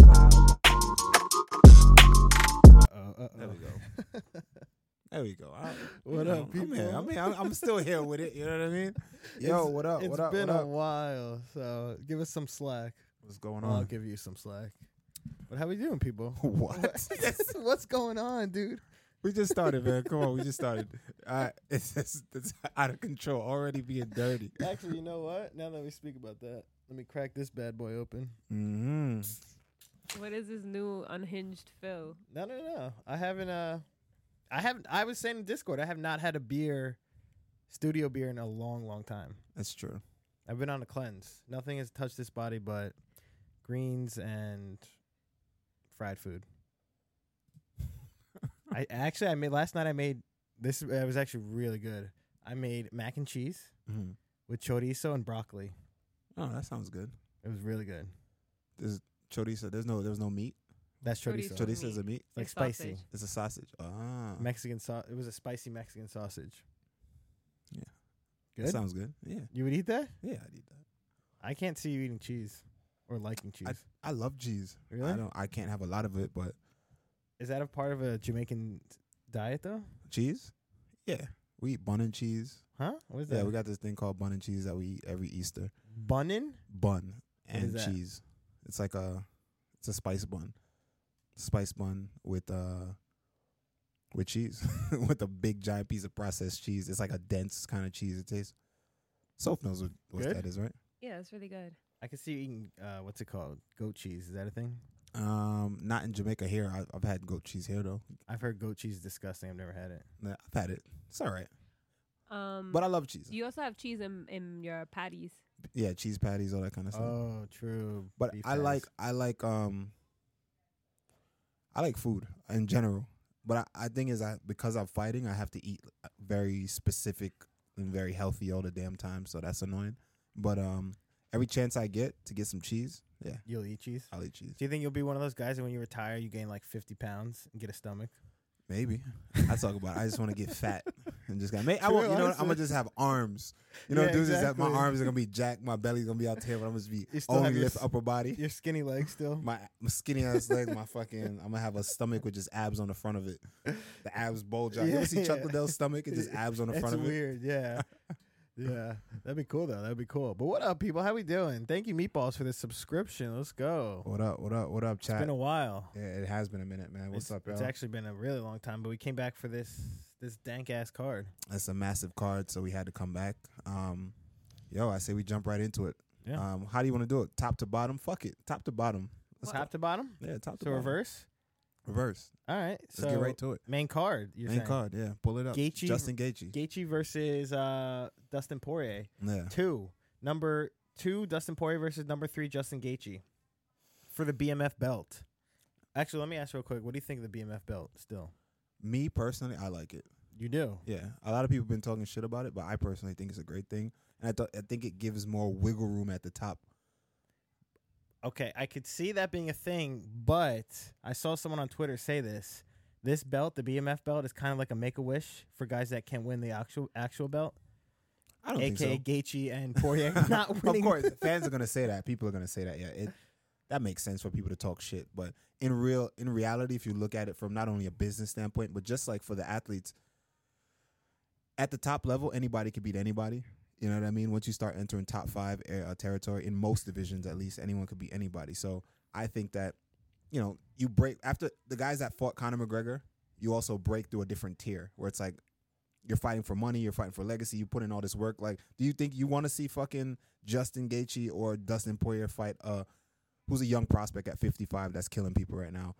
uh. There we go. I, What you up, know, people? I'm here. I mean, I'm, I'm still here with it. You know what I mean? Yo, It's- what up? it's What up? been What a up? while, so give us some slack. What's going I'll on? give you some slack. But how we doing, people? What? What's going on, dude? we just started, man. Come on, we just started. Uh, it's, it's, it's out of control. Already being dirty. Actually, you know what? Now that we speak about that, let me crack this bad boy open. Mm-hmm. What is this new unhinged Phil? No, no, no. I haven't. Uh, I haven't. I was saying in Discord, I have not had a beer, studio beer, in a long, long time. That's true. I've been on a cleanse. Nothing has touched this body but greens and fried food. I actually I made last night I made this it was actually really good. I made mac and cheese Mm-hmm. with chorizo and broccoli. Oh, that sounds good. It was really good. There's chorizo. There's no. There's no meat. That's chorizo. Chorizo. It's Chorizo is a meat. like It's spicy. sausage. It's a sausage. Ah, Mexican sauce. It was a spicy Mexican sausage. Yeah. Good. that sounds good. Yeah, you would eat that? yeah, I'd eat that. I can't see you eating cheese or liking cheese. I love cheese. Really? I don't. I can't have a lot of it, but Is that a part of a Jamaican diet though? cheese. Yeah, we eat bun and cheese. Huh? What is that? Yeah, we got this thing called bun and cheese that we eat every Easter. Bunnin? Bun is and that? cheese. It's like a, it's a spice bun, spice bun with uh, with cheese, with a big giant piece of processed cheese. It's like a dense kind of cheese. It tastes. Soph knows what, what Good? that is, right? Yeah, it's really good. I can see you eating uh, what's it called? Goat cheese. Is that a thing? Um, not in Jamaica here. I, I've had goat cheese here though. I've heard goat cheese is disgusting. I've never had it. Nah, I've had it. It's all right, Um, but I love cheese. you also have cheese in, in your patties. Yeah, cheese patties, all that kind of stuff. Oh, true. But Beef I patties. like I like um I like food in general. But I, I think is I because I'm fighting, I have to eat uh, very specific and very healthy all the damn time. So that's annoying. But um every chance I get to get some cheese, yeah, You'll eat cheese. I'll eat cheese. Do you think you'll be one of those guys that when you retire you gain like fifty pounds and get a stomach? Maybe I talk about. It. I just want to get fat and just got. Maybe I won't. True, You know, what? I'm honestly. gonna just have arms. You know, Yeah, dudes is that my exactly. arms are gonna be jacked. My belly's gonna be out there, but I'm just be You still have only your lift s- upper body. Your skinny legs still. my, my skinny ass legs, my fucking, I'm gonna have a stomach with just abs on the front of it. The abs bulge out. you Yeah, ever see Chuck yeah. Liddell's stomach and just abs on the That's front of it? weird. Yeah. Yeah, that'd be cool though. That'd be cool. But what up, people? How we doing? Thank you, Meatballs, for this subscription. Let's go. What up? What up? What up, It's chat? been a while. yeah, it has been a minute, man. What's It's- up, y'all? It's actually been a really long time, but we came back for this this dank ass card. That's a massive card, so we had to come back. Um, yo, I say we jump right into it. Yeah. Um, how do you want to do it? Top to bottom? Fuck it. Top to bottom. Let's Top to bottom. go. Yeah, top to So bottom. reverse. Reverse. All right. Let's get right to it. Main card. You're Main saying. card, yeah. Pull it up. Gaethje- Justin Gaethje. Gaethje versus uh, Dustin Poirier. yeah. Two. Number two, Dustin Poirier versus number three, Justin Gaethje for the BMF belt. Actually, let me ask real quick. What do you think of the BMF belt still? Me personally, I like it. You do. Yeah, a lot of people been talking shit about it, but I personally think it's a great thing, and I thought I think it gives more wiggle room at the top. Okay. I could see that being a thing, but I saw someone on Twitter say this. This belt, the BMF belt, is kind of like a make a wish for guys that can't win the actual actual belt, I don't aka think Gaethje and Poirier not so. Of winning. course, fans are gonna say that. People are gonna say that. Yeah, it that makes sense for people to talk shit, but in real in reality, if you look at it from not only a business standpoint, but just like for the athletes, at the top level, anybody could beat anybody. You know what I mean? Once you start entering top five uh, territory in most divisions, at least anyone could beat anybody. So I think that you know you break after the guys that fought Conor McGregor, you also break through a different tier where it's like you're fighting for money, you're fighting for legacy, you put in all this work. Like, do you think you want to see fucking Justin Gaethje or Dustin Poirier fight uh who's a young prospect at 55 that's killing people right now?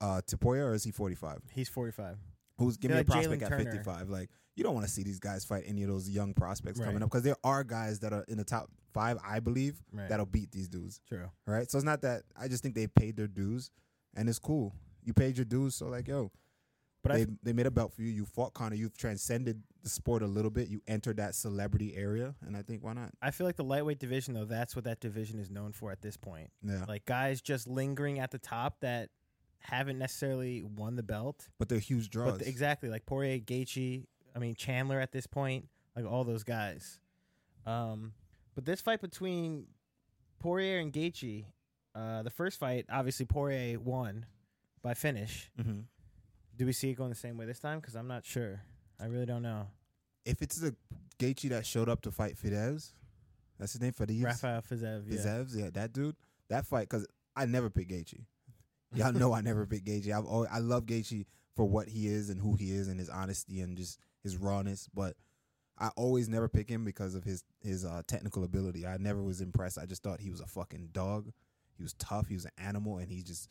Uh, to Poirier or is he 45? He's forty five. Who's give Yeah, me a like Jalen prospect at Turner. 55? Like you don't want to see these guys fight any of those young prospects coming Right. up because there are guys that are in the top five, I believe, Right. that'll beat these dudes. True. Right? So it's not that I just think they paid their dues, and it's cool. You paid your dues, so like yo, But I they, they made a belt for you. You fought Connor. You've transcended the sport a little bit. You entered that celebrity area, and I think why not? I feel like the lightweight division, though, that's what that division is known for at this point. Yeah, Like guys just lingering at the top that haven't necessarily won the belt, but they're huge draws. but the- exactly like Poirier, Gaethje, I mean Chandler at this point, like all those guys. Um, but this fight between Poirier and Gaethje, uh, the first fight, obviously Poirier won by finish. Mhm. Do we see it going the same way this time? Because I'm not sure. I really don't know. If it's the Gaethje that showed up to fight Fidesz, that's his name for the Rafael Fizev. Yeah. Fizevs, yeah, that dude, that fight because I never pick Gaethje. Y'all know I never pick Gaethje. I've always, I love Gaethje for what he is and who he is and his honesty and just his rawness, but I always never pick him because of his his uh, technical ability. I never was impressed. I just thought he was a fucking dog. He was tough. He was an animal, and he just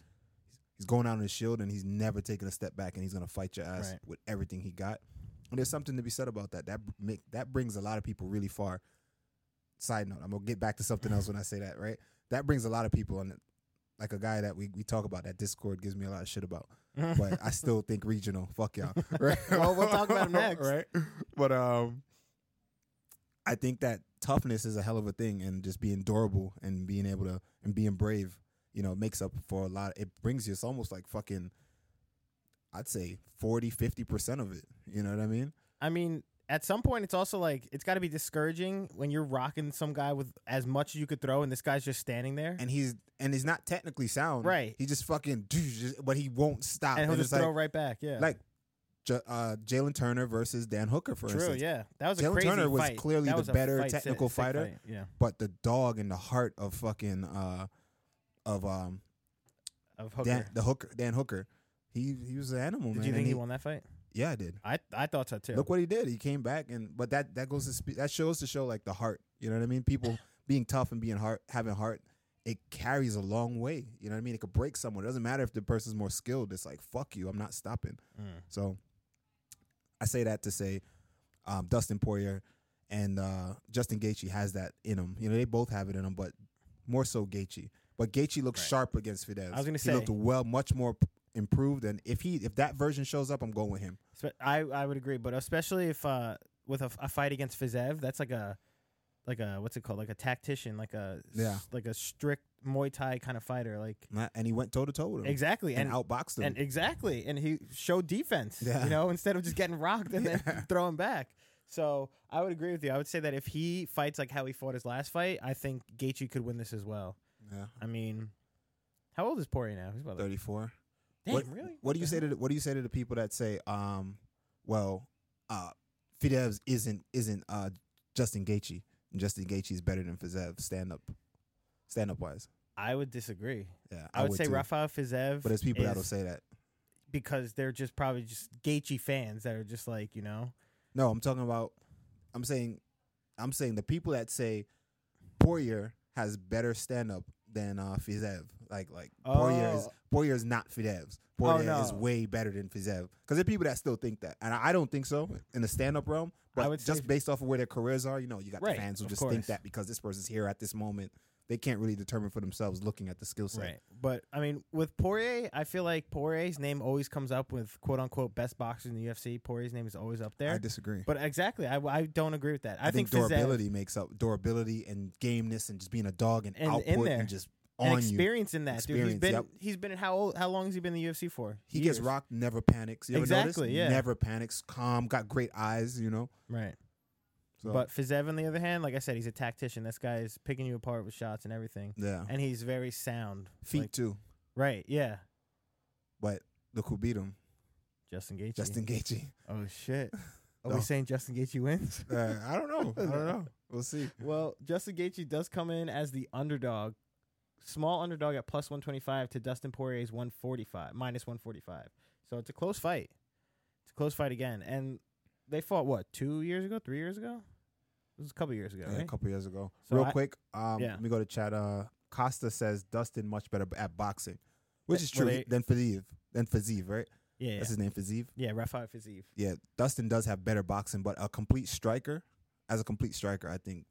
he's going out on his shield and he's never taking a step back, and he's gonna fight your ass Right. with everything he got. And there's something to be said about that. That br- make, that brings a lot of people really far. Side note: I'm gonna get back to something else when I say that. Right? That brings a lot of people, and like a guy that we we talk about that Discord gives me a lot of shit about but I still think regional. Fuck y'all. Right? Well, we'll talk about it next. Right. But um, I think that toughness is a hell of a thing, and just being durable and being able to and being brave, you know, makes up for a lot. It brings you. It's almost like fucking. I'd say 40, 50 percent of it. You know what I mean? I mean, at some point, it's also like it's got to be discouraging when you're rocking some guy with as much as you could throw, and this guy's just standing there, And he's and he's not technically sound. Right. He just fucking, just- but he won't stop. and he'll And just it's throw like, right back. Yeah, like J- uh, Jalen Turner versus Dan Hooker, for true. instance. Yeah, that was a Jalen crazy Turner was fight. clearly That the was a better fight, sick- technical sick fighter. fight, Yeah, but the dog and the heart of fucking uh of um of Hooker. Dan, the hooker Dan Hooker. He he was an animal Did man. you and think he won that fight? Yeah, I did. I I thought so too. Look what he did. He came back and but that that goes to spe- that shows to show like the heart. You know what I mean? People being tough and being heart having heart, it carries a long way. You know what I mean? It could break someone. It doesn't matter if the person's more skilled. It's like fuck you. I'm not stopping. Mm. So I say that to say um, Dustin Poirier and uh, Justin Gaethje has that in him. You know, they both have it in them, but more so Gaethje. But Gaethje looked Right. sharp against Fidesz. I was gonna he looked say- well, much more p- improved. And if he if that version shows up, I'm going with him. Spe- I I would agree, but especially if uh with a, f- a fight against Fizev, that's like a like a what's it called? Like a tactician, like a s- Yeah. like a strict Muay Thai kind of fighter. Like And I- And he went toe to toe with him exactly, and, and outboxed him. and exactly, and he showed defense. Yeah. You know, instead of just getting rocked and Yeah. then throwing back. So I would agree with you. I would say that if he fights like how he fought his last fight, I think Gaethje could win this as well. yeah, I mean, how old is Poirier now? He's about like, thirty four. damn, what, really? What do you the say hell? to the, what do you say to the people that say, um, well, uh, Fidesz isn't isn't uh, Justin Gaethje, and Justin Gaethje is better than Fizev stand up, stand up wise. I would disagree. Yeah, I, would, say too. Rafael Fizev. but there's people is- that'll say that. because they're just probably just Gaethje fans that are just like you know No, I'm talking about. I'm saying, I'm saying the people that say Poirier has better stand up than uh, Fizev. Like like Poirier is Oh. Poirier is not Fizev's. Poirier is no. way better than Fizev. Because there are people that still think that, and I, I don't think so in the stand up realm. I But would say just f- based off of where their careers are, you know, you got Right, the fans who of just course. think that because this person's here at this moment, they can't really determine for themselves looking at the skill set. But I mean, with Poirier, I feel like Poirier's name always comes up with quote unquote best boxers in the UFC. Poirier's name is always up there. I disagree. but exactly, I, I don't agree with that. I, I, think, Fizev- durability makes up durability and gameness and just being a dog and, And in output there. and just and on you. experience in that dude. Experience, He's been yep. he's been in how old? How long has he been in the UFC for? He gets Years. rocked, never panics. You ever Exactly, notice? yeah. Never panics, calm, got great eyes, you know. right. So But Fizev, on the other hand, like I said, he's a tactician. This guy is picking you apart with shots and everything, yeah. and he's very sound. Feet like- too. right? Yeah, But look who beat him. Justin Gaethje. Justin Oh. Gaethje. Oh shit! Are No. we saying Justin Gaethje wins? Uh, I don't know. I don't know. We'll see. Well, Justin Gaethje does come in as the underdog, small underdog at plus one twenty five to Dustin Poirier's one forty five minus one forty five. So it's a close fight. It's a close fight again, and they fought what two years ago, three years ago? It was a couple years ago, Yeah, a right? couple years ago. So Real I- quick, um, Yeah. let me go to chat. Uh, Costa says Dustin much better at boxing, which Th- is true. were they- than Fazeev. Than Fazeev, right? Yeah, yeah, That's his name, Fazeev. yeah. Rafael Fiziev. Yeah, Dustin does have better boxing, but a complete striker, as a complete striker, I think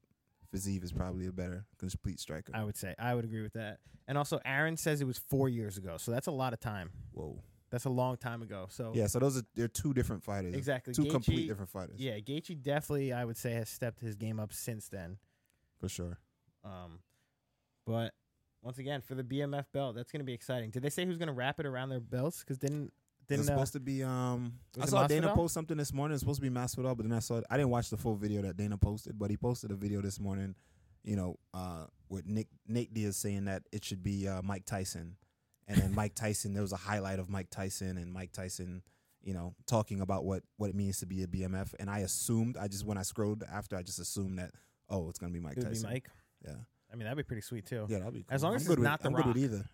Fazeev is probably a better complete striker. I would say I would agree with that. And also, Aaron says it was four years ago, so that's a lot of time. Whoa. That's a long time ago. So Yeah, so those are they're two different fighters. exactly. Two complete Oh. Gaethje- different fighters. Yeah, Gaethje definitely, I would say, has stepped his game up since then. For sure. Um, but once again, for the BMF belt, that's going to be exciting. Did they say who's going to wrap it around their belts? Because didn't It's didn't uh, supposed to be um was I it saw Dana Masvidal? post something this morning. It's supposed to be Masvidal, but then I saw I didn't watch the full video that Dana posted, but he posted a video this morning, you know, uh with Nick Nate Diaz saying that it should be uh, Mike Tyson. And then Mike Tyson, there was a highlight of Mike Tyson and Mike Tyson you know, talking about what what it means to be a BMF. And I assumed, I just when I scrolled after, I just assumed that oh, it's gonna be Mike It would be Tyson. Mike. Yeah. I mean, that'd be pretty sweet too. Yeah, that'll be cool. As long I'm as good it's with, not The I'm good with Rock. either.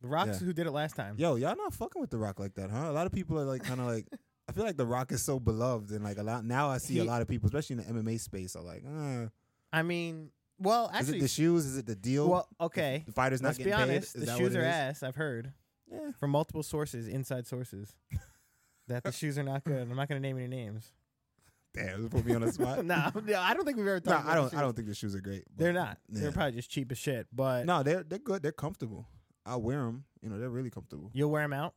The Rock's Yeah. who did it last time. Yo, y'all not fucking with The Rock like that, huh? A lot of people are like kind of like. I feel like The Rock is so beloved, and like a lot now, I see a He- lot of people, especially in the MMA space, are like, uh, I mean, well, is it actually, the shoes? Is it the deal? well, okay. the fighter's not Let's getting be honest. paid. Is the that shoes what are it is? ass. I've heard Yeah, from multiple sources, inside sources, that the shoes are not good. I'm not going to name any names. damn, it put me on the spot. no, I don't think we've ever Uh, no, talked. about I don't. the I shoes. don't think the shoes are great. but- They're not. Yeah. They're probably just cheap as shit. But No, they're they're good. They're comfortable. I wear them. You know, they're really comfortable. you'll wear them out.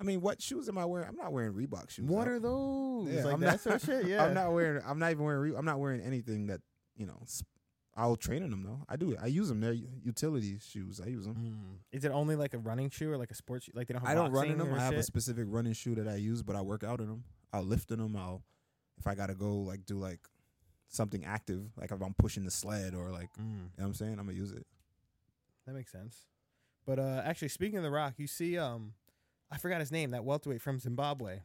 I mean, what shoes am I wearing? I'm not wearing Reebok shoes. What I'm- are those? Yeah, like I'm that not- sort of shit. Yeah. I'm not wearing. I'm not even wearing. Re- I'm not wearing anything that you know. Sp- I'll train in them though. I do. I use them. They're u- utility shoes. I use them. Mm. Is it only like a running shoe or like a sports shoe? Like they don't have I don't run boxing in them. or I have a shit? specific running shoe that I use, but I work out in them. I'll lift in them. I'll if I gotta go like do like something active, like if I'm pushing the sled or like Mm. you know what I'm saying, I'm gonna use it. That makes sense. But uh actually speaking of The Rock, you see um I forgot his name, that welterweight from Zimbabwe.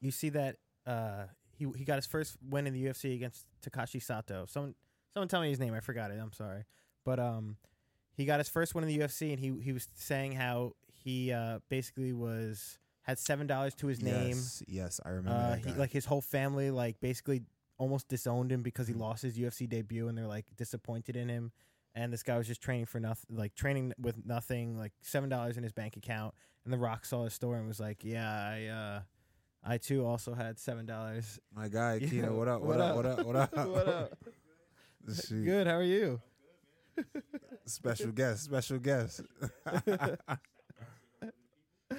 You see that uh he he got his first win in the UFC against Takashi Sato. Someone someone tell me his name, I forgot it, I'm sorry. But um he got his first win in the UFC and he he was saying how he uh basically was had seven dollars to his name. Yes, yes, I remember. Uh, that he, guy. like his whole family, like basically almost disowned him because he Mm. lost his UFC debut, and they're like disappointed in him. And this guy was just training for nothing, like training with nothing, like seven dollars in his bank account. And The Rock saw his story and was like, "Yeah, I, uh, I too also had seven dollars. my guy, Yeah, Kino. What up? what What up? What up? up? What up? What up? Shoot. Good. How are you? Special guest. Special guest.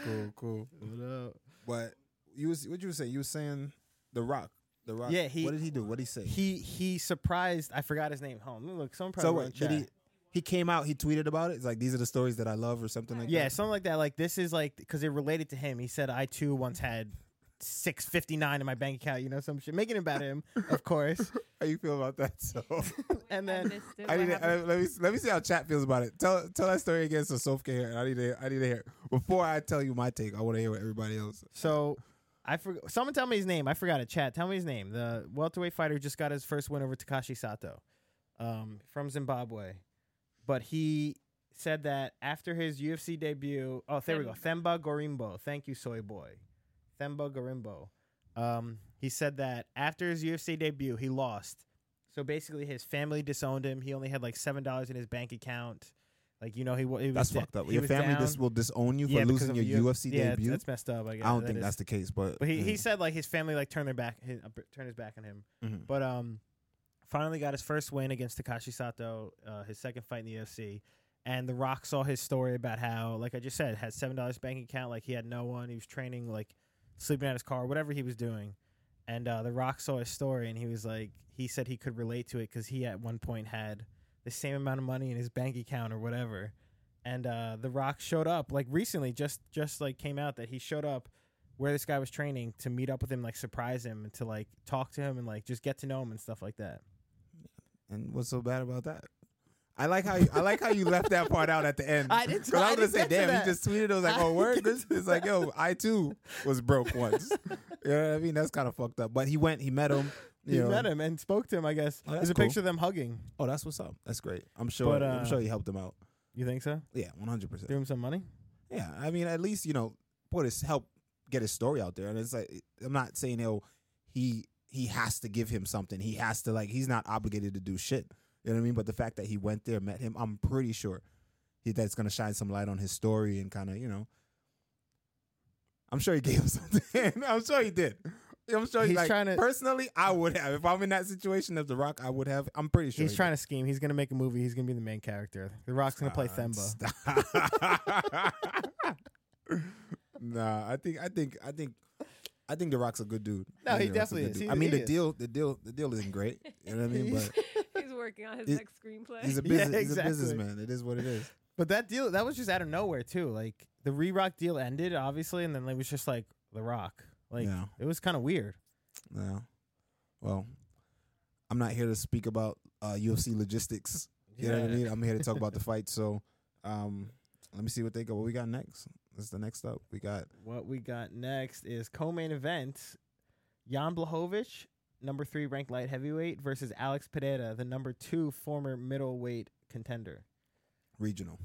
cool. Cool. What up?" But you was what you say? You was saying the Rock. The Rock. Yeah, he- What did he do? What did he say? He he surprised. I forgot his name. Home. Look, someone probably so wrote wait, in did chat. he? He came out. He tweeted about it. It's like these are the stories that I love, or something like Yeah, that. something like that. Like this is like because it related to him. He said, "I too once had six fifty nine in my bank account." You know, some shit, making it about him, of course. How you feel about that? So And I then missed it. I What need to, happened? I- let me let me see how chat feels about it. Tell tell that story again, so Soph can hear. It. I need to hear- I need to hear it. before I tell you my take. I want to hear what everybody else. so I forgot. Someone tell me his name. I forgot it. Chat, tell me his name. The welterweight fighter just got his first win over Takashi Sato, um, from Zimbabwe, but he said that after his UFC debut. Oh, there we go. Themba Gorimbo. Thank you, soy boy. Themba Gorimbo. Um, he said that after his UFC debut, he lost. So basically, his family disowned him. He only had like seven dollars in his bank account. Like you know, he, wa- he was That's da- fucked up. he Your was family down. just will disown you for Yeah, because losing of your U- UFC yeah, debut. That's messed up. I, guess. I don't That think is- that's the case, but But he, he yeah. said like his family like turned their back his, uh, turned his back on him. Mhm. But um, finally got his first win against Takashi Sato, uh, his second fight in the UFC. And The Rock saw his story about how, like I just said, had seven dollars bank account, like he had no one, he was training, like sleeping at his car, whatever he was doing. And uh, The Rock saw his story, and he was like, he said he could relate to it because he at one point had the same amount of money in his bank account or whatever. And uh, The Rock showed up like recently, just just like came out that he showed up where this guy was training to meet up with him, like surprise him, and to like talk to him and like just get to know him and stuff like that. And what's so bad about that? I like how you, I like how you left that part out at the end. I didn't- 'Cause I I was gonna didn't say, get to damn, that. he just tweeted. I was like, I oh, word. didn't get This to is like, yo, I too was broke once. you know what I mean? That's kind of fucked up. But he went, he met him. You He know. met him and spoke to him. I guess Oh, there's that's a cool. picture of them hugging. Oh, that's what's up. That's great. I'm sure. But, uh, I'm sure he helped him out. You think so? Yeah, 100. percent Threw him some money. Yeah, I mean, at least you know, put his help get his story out there, and it's like I'm not saying oh, he he has to give him something. He has to like he's not obligated to do shit. You know what I mean? But the fact that he went there, met him, I'm pretty sure he, that's gonna shine some light on his story and kind of you know. I'm sure he gave him something. I'm sure he did. I'm sure he, He's like, trying to- Personally, I would have. If I'm in that situation as The Rock, I would have. I'm pretty sure He's he trying to scheme. He's gonna make a movie. He's gonna be the main character. The Rock's gonna play Ah, Themba. stop. nah, I think I think I think I think The Rock's a good dude. No, I think he The Rock's a definitely good is. dude. He- I mean, he the is. deal, the deal, the deal isn't great. You know what I mean? But He's working on his He's- next screenplay. he's a Yeah, business. He's a exactly. businessman. It is what it is. But that deal that was just out of nowhere too. Like the Re Rock deal ended obviously, and then it was just like The Rock. Like Yeah. it was kind of weird. Yeah. Well, I'm not here to speak about uh, UFC logistics. You know what I Yeah. mean? I'm here to talk about the fight. So, um, let me see what they got. What we got next? What's the next up? We got What we got next is co-main event: Jan Blahovic, number three ranked light heavyweight, versus Alex Pereira, the number two former middleweight contender. regional,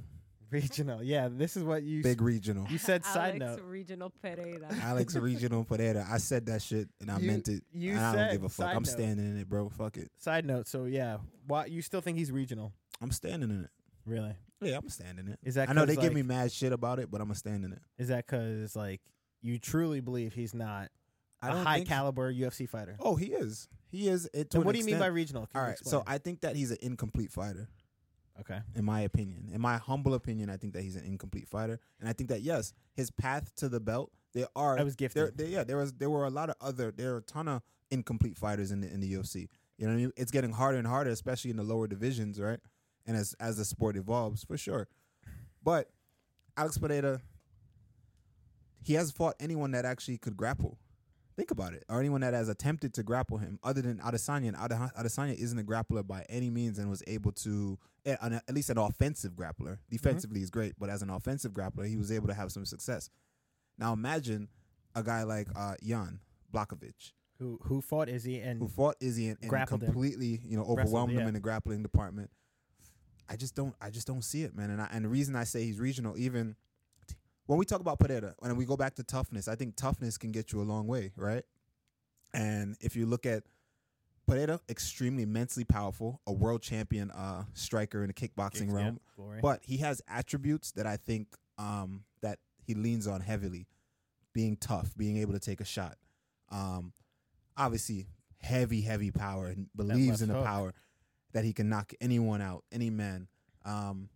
Regional, yeah. This is what you big regional. you said. Alex side note. Regional Pereira. Alex regional Pereira. I said that shit and I You- meant it. you and I don't said- give a fuck. side I'm note. standing in it, bro. Fuck it. Side note. So yeah, why you still think he's regional? I'm standing in it. Really? Yeah, I'm standing in it. Is that? I know 'cause, they give like- me mad shit about it, but I'm a stand in it. Is that because like you truly believe he's not I a don't high think- caliber UFC fighter? Oh, he is. He is. It, to so an what do you mean by extent. regional? Can All you right. So explain? I think that he's an incomplete fighter. okay. in my opinion. In my humble opinion, I think that he's an incomplete fighter, and I think that yes, his path to the belt. There are I was there, gifted. there- yeah, there was there were a lot of other there are a ton of incomplete fighters in the in the UFC. You know, what I mean? it's getting harder and harder, especially in the lower divisions, right? And as as the sport evolves, for sure. But Alex Pereira, he has fought anyone that actually could grapple. Think about it, or anyone that has attempted to grapple him, other than Adesanya. And Ade- Adesanya isn't a grappler by any means, and was able to, eh, an, at least an offensive grappler. Defensively, he's great, but as an offensive grappler, he was able to have some success. Now imagine a guy like uh, Jan Blakovic, Who who fought Izzy and who fought Izzy and, and Mm. Grappled him. completely, you know, overwhelmed him yeah. in the grappling department. I just don't, I just don't see it, man. And I, and the reason I say he's regional, even when we talk about Pereira, when we go back to toughness, I think toughness can get you a long way, right? And if you look at Pereira, extremely mentally powerful, a world champion uh, striker in the kickboxing Yeah, realm, glory. but he has attributes that I think um, that he leans on heavily, being tough, being able to take a shot. Um, obviously, heavy, heavy power, and believes in left the hook. power that he can knock anyone out, any man. Um,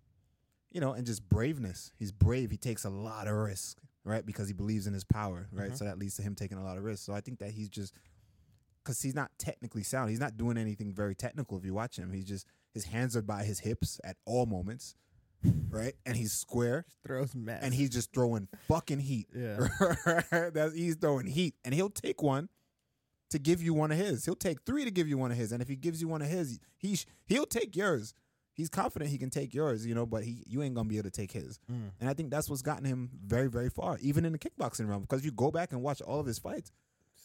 you know, and just braveness. He's brave. He takes a lot of risk, right? Because he believes in his power, right? Mhm. So that leads to him taking a lot of risk. So I think that he's just because he's not technically sound. He's not doing anything very technical. If you watch him, he's just his hands are by his hips at all moments, right? And he's square, throws mess and he's just throwing fucking heat. yeah That's he's throwing heat, and he'll take one to give you one of his. He'll take three to give you one of his, and if he gives you one of his, he sh- he'll take yours. He's confident he can take yours, you know, but he you ain't gonna be able to take his. Mm. And I think that's what's gotten him very, very far, even in the kickboxing realm. Because you go back and watch all of his fights,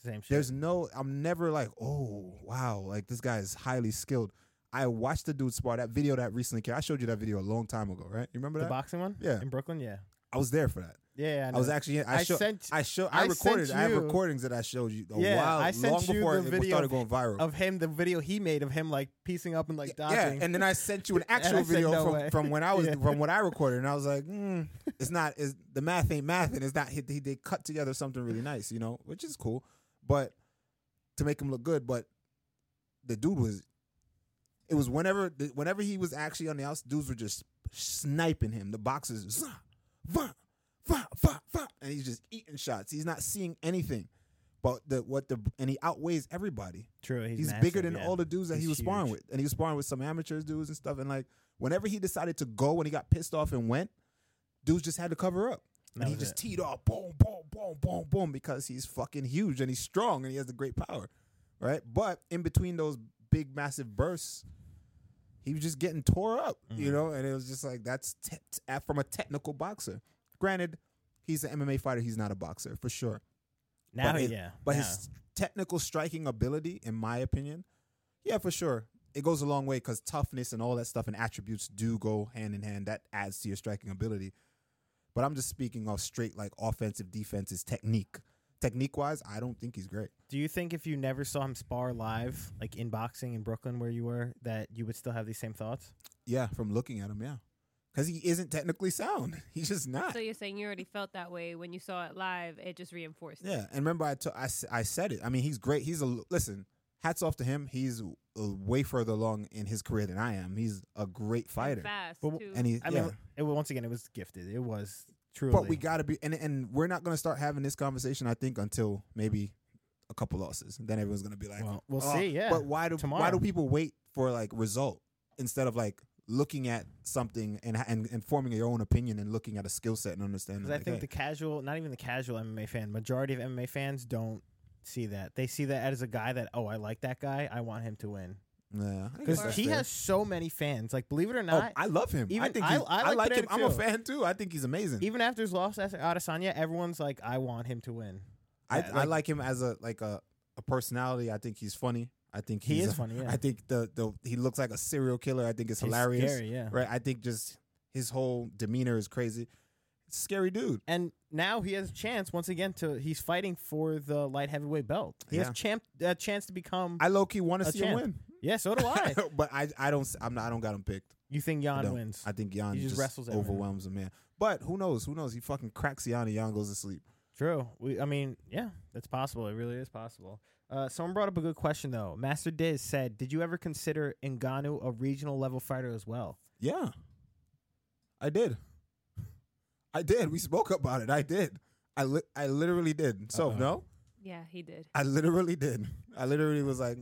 same shit. there's no, I'm never like, oh, wow, like this guy is highly skilled. I watched the dude spar that video that recently came. I showed you that video a long time ago, right? You remember the that? boxing one Yeah. in Brooklyn yeah I was there for that. yeah, yeah I, was know. actually, I, I show, sent I show, I, I recorded. sent I have you- recordings that I showed you a Yeah, while, I sent long you before the it video started going viral. of him the video he made of him like piecing up and like yeah, dodging and then I sent you an And I actual said, video "No way." from, from when I was Yeah. from what I recorded, and I was like, mm, it's not, is the math ain't math, and it's not. He, they cut together something really nice, you know, which is cool, but to make him look good. But the dude was, it was whenever the- whenever he was actually on the outs, dudes were just sniping him. The boxers, "Zah, vah, vah, vah, vah," and he's just eating shots. He's not seeing anything. But the what the and he outweighs everybody. true he's, He's, massive, bigger than yeah. all the dudes that he He's was sparring huge. with, and he was sparring with some amateurs dudes and stuff. And like, whenever he decided to go, when he got pissed off and went, dudes just had to cover up, That and he was just it. teed off, boom, boom, boom, boom, boom, because he's fucking huge and he's strong and he has the great power, right? But in between those big, massive bursts, he was just getting tore up, Mm-hmm. you know. And it was just like that's te- t- at- from a technical boxer. Granted, he's an MMA fighter; he's not a boxer for sure. now But he- his- yeah But now. his technical striking ability, in my opinion, yeah, for sure. It goes a long way because toughness and all that stuff and attributes do go hand in hand. That adds to your striking ability. But I'm just speaking of straight like offensive defenses technique. Technique wise, I don't think he's great. do you think if you never saw him spar live like in boxing in Brooklyn where you were that you would still have these same thoughts Yeah, from looking at him, yeah. Because he isn't technically sound. He's just not. So you're saying you already felt that way when you saw it live? It just reinforced. Yeah, and remember I, t- I s- I said it. I mean, he's great. He's a listen. Hats off to him. He's uh, way further along in his career than I am. He's a great fighter, And fast Well, too. and he. I yeah. mean it was once again it was gifted it was truly But we gotta be, and and we're not gonna start having this conversation. I think until maybe a couple losses, then everyone's gonna be like, well we'll "Oh, see yeah But why do why tomorrow. do people wait for like result instead of like looking at something and and, and forming your own opinion and looking at a skill set and understanding? Because I like, think hey, the casual, not even the casual MMA fan, majority of MMA fans don't see that. They see that as a guy that, oh, I like that guy. I want him to win. Yeah, I guess because that's he fair. has so many fans. Like, believe it or Oh, not, I love him. I even- think I- he's, I I, like like him. Pereira I'm a too. fan too. I think he's amazing. even after his loss at Adesanya, everyone's like, I want him to win. I, Yeah, I like- like him as a like a, a personality. I think he's funny. I think He he's is a- funny. Yeah. I think the the he looks like a serial killer. I think it's He's hilarious. Scary, yeah. Right. I think just his whole demeanor is crazy. Scary dude. And now he has a chance once again to he's fighting for the light heavyweight belt. He Yeah. has champ a chance to become. I low key want A to see him champ. win. yeah, so do I. but I I don't s- I'm not I don't got him picked. you think I Jan don't. wins? I think Jan He just, just wrestles everyone. overwhelms him, man. But who knows? Who knows? He fucking cracks Jan and Jan goes to sleep. True. We, I mean, yeah, that's possible. It really is possible. Uh, someone brought up a good question though. Master Diz said, "Did you ever consider Ngannou a regional level fighter as well?" Yeah. I did. I did. We spoke about it. I did. I li- I literally did. So Uh-oh. no, Yeah, he did. I literally did. I literally was like,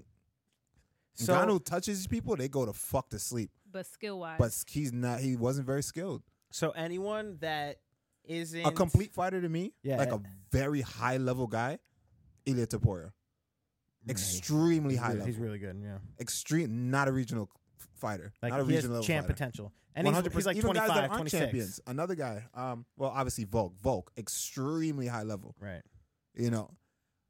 So Ngannou touches people, they go to fuck to sleep. But skill wise, But he's not. He wasn't very skilled. so anyone that isn't A complete fighter to me, Yeah, like yeah. a very high level guy, Ilya Taporia, Right. extremely He's high really- level, He's really good. Yeah. extreme, not a regional f- fighter, Like not a he regional has level champ fighter. potential, and he's, 100%. he's like Even guys that 25, aren't 26. champions. Another guy, um, well, obviously Volk, Volk, extremely high level. Right. You know,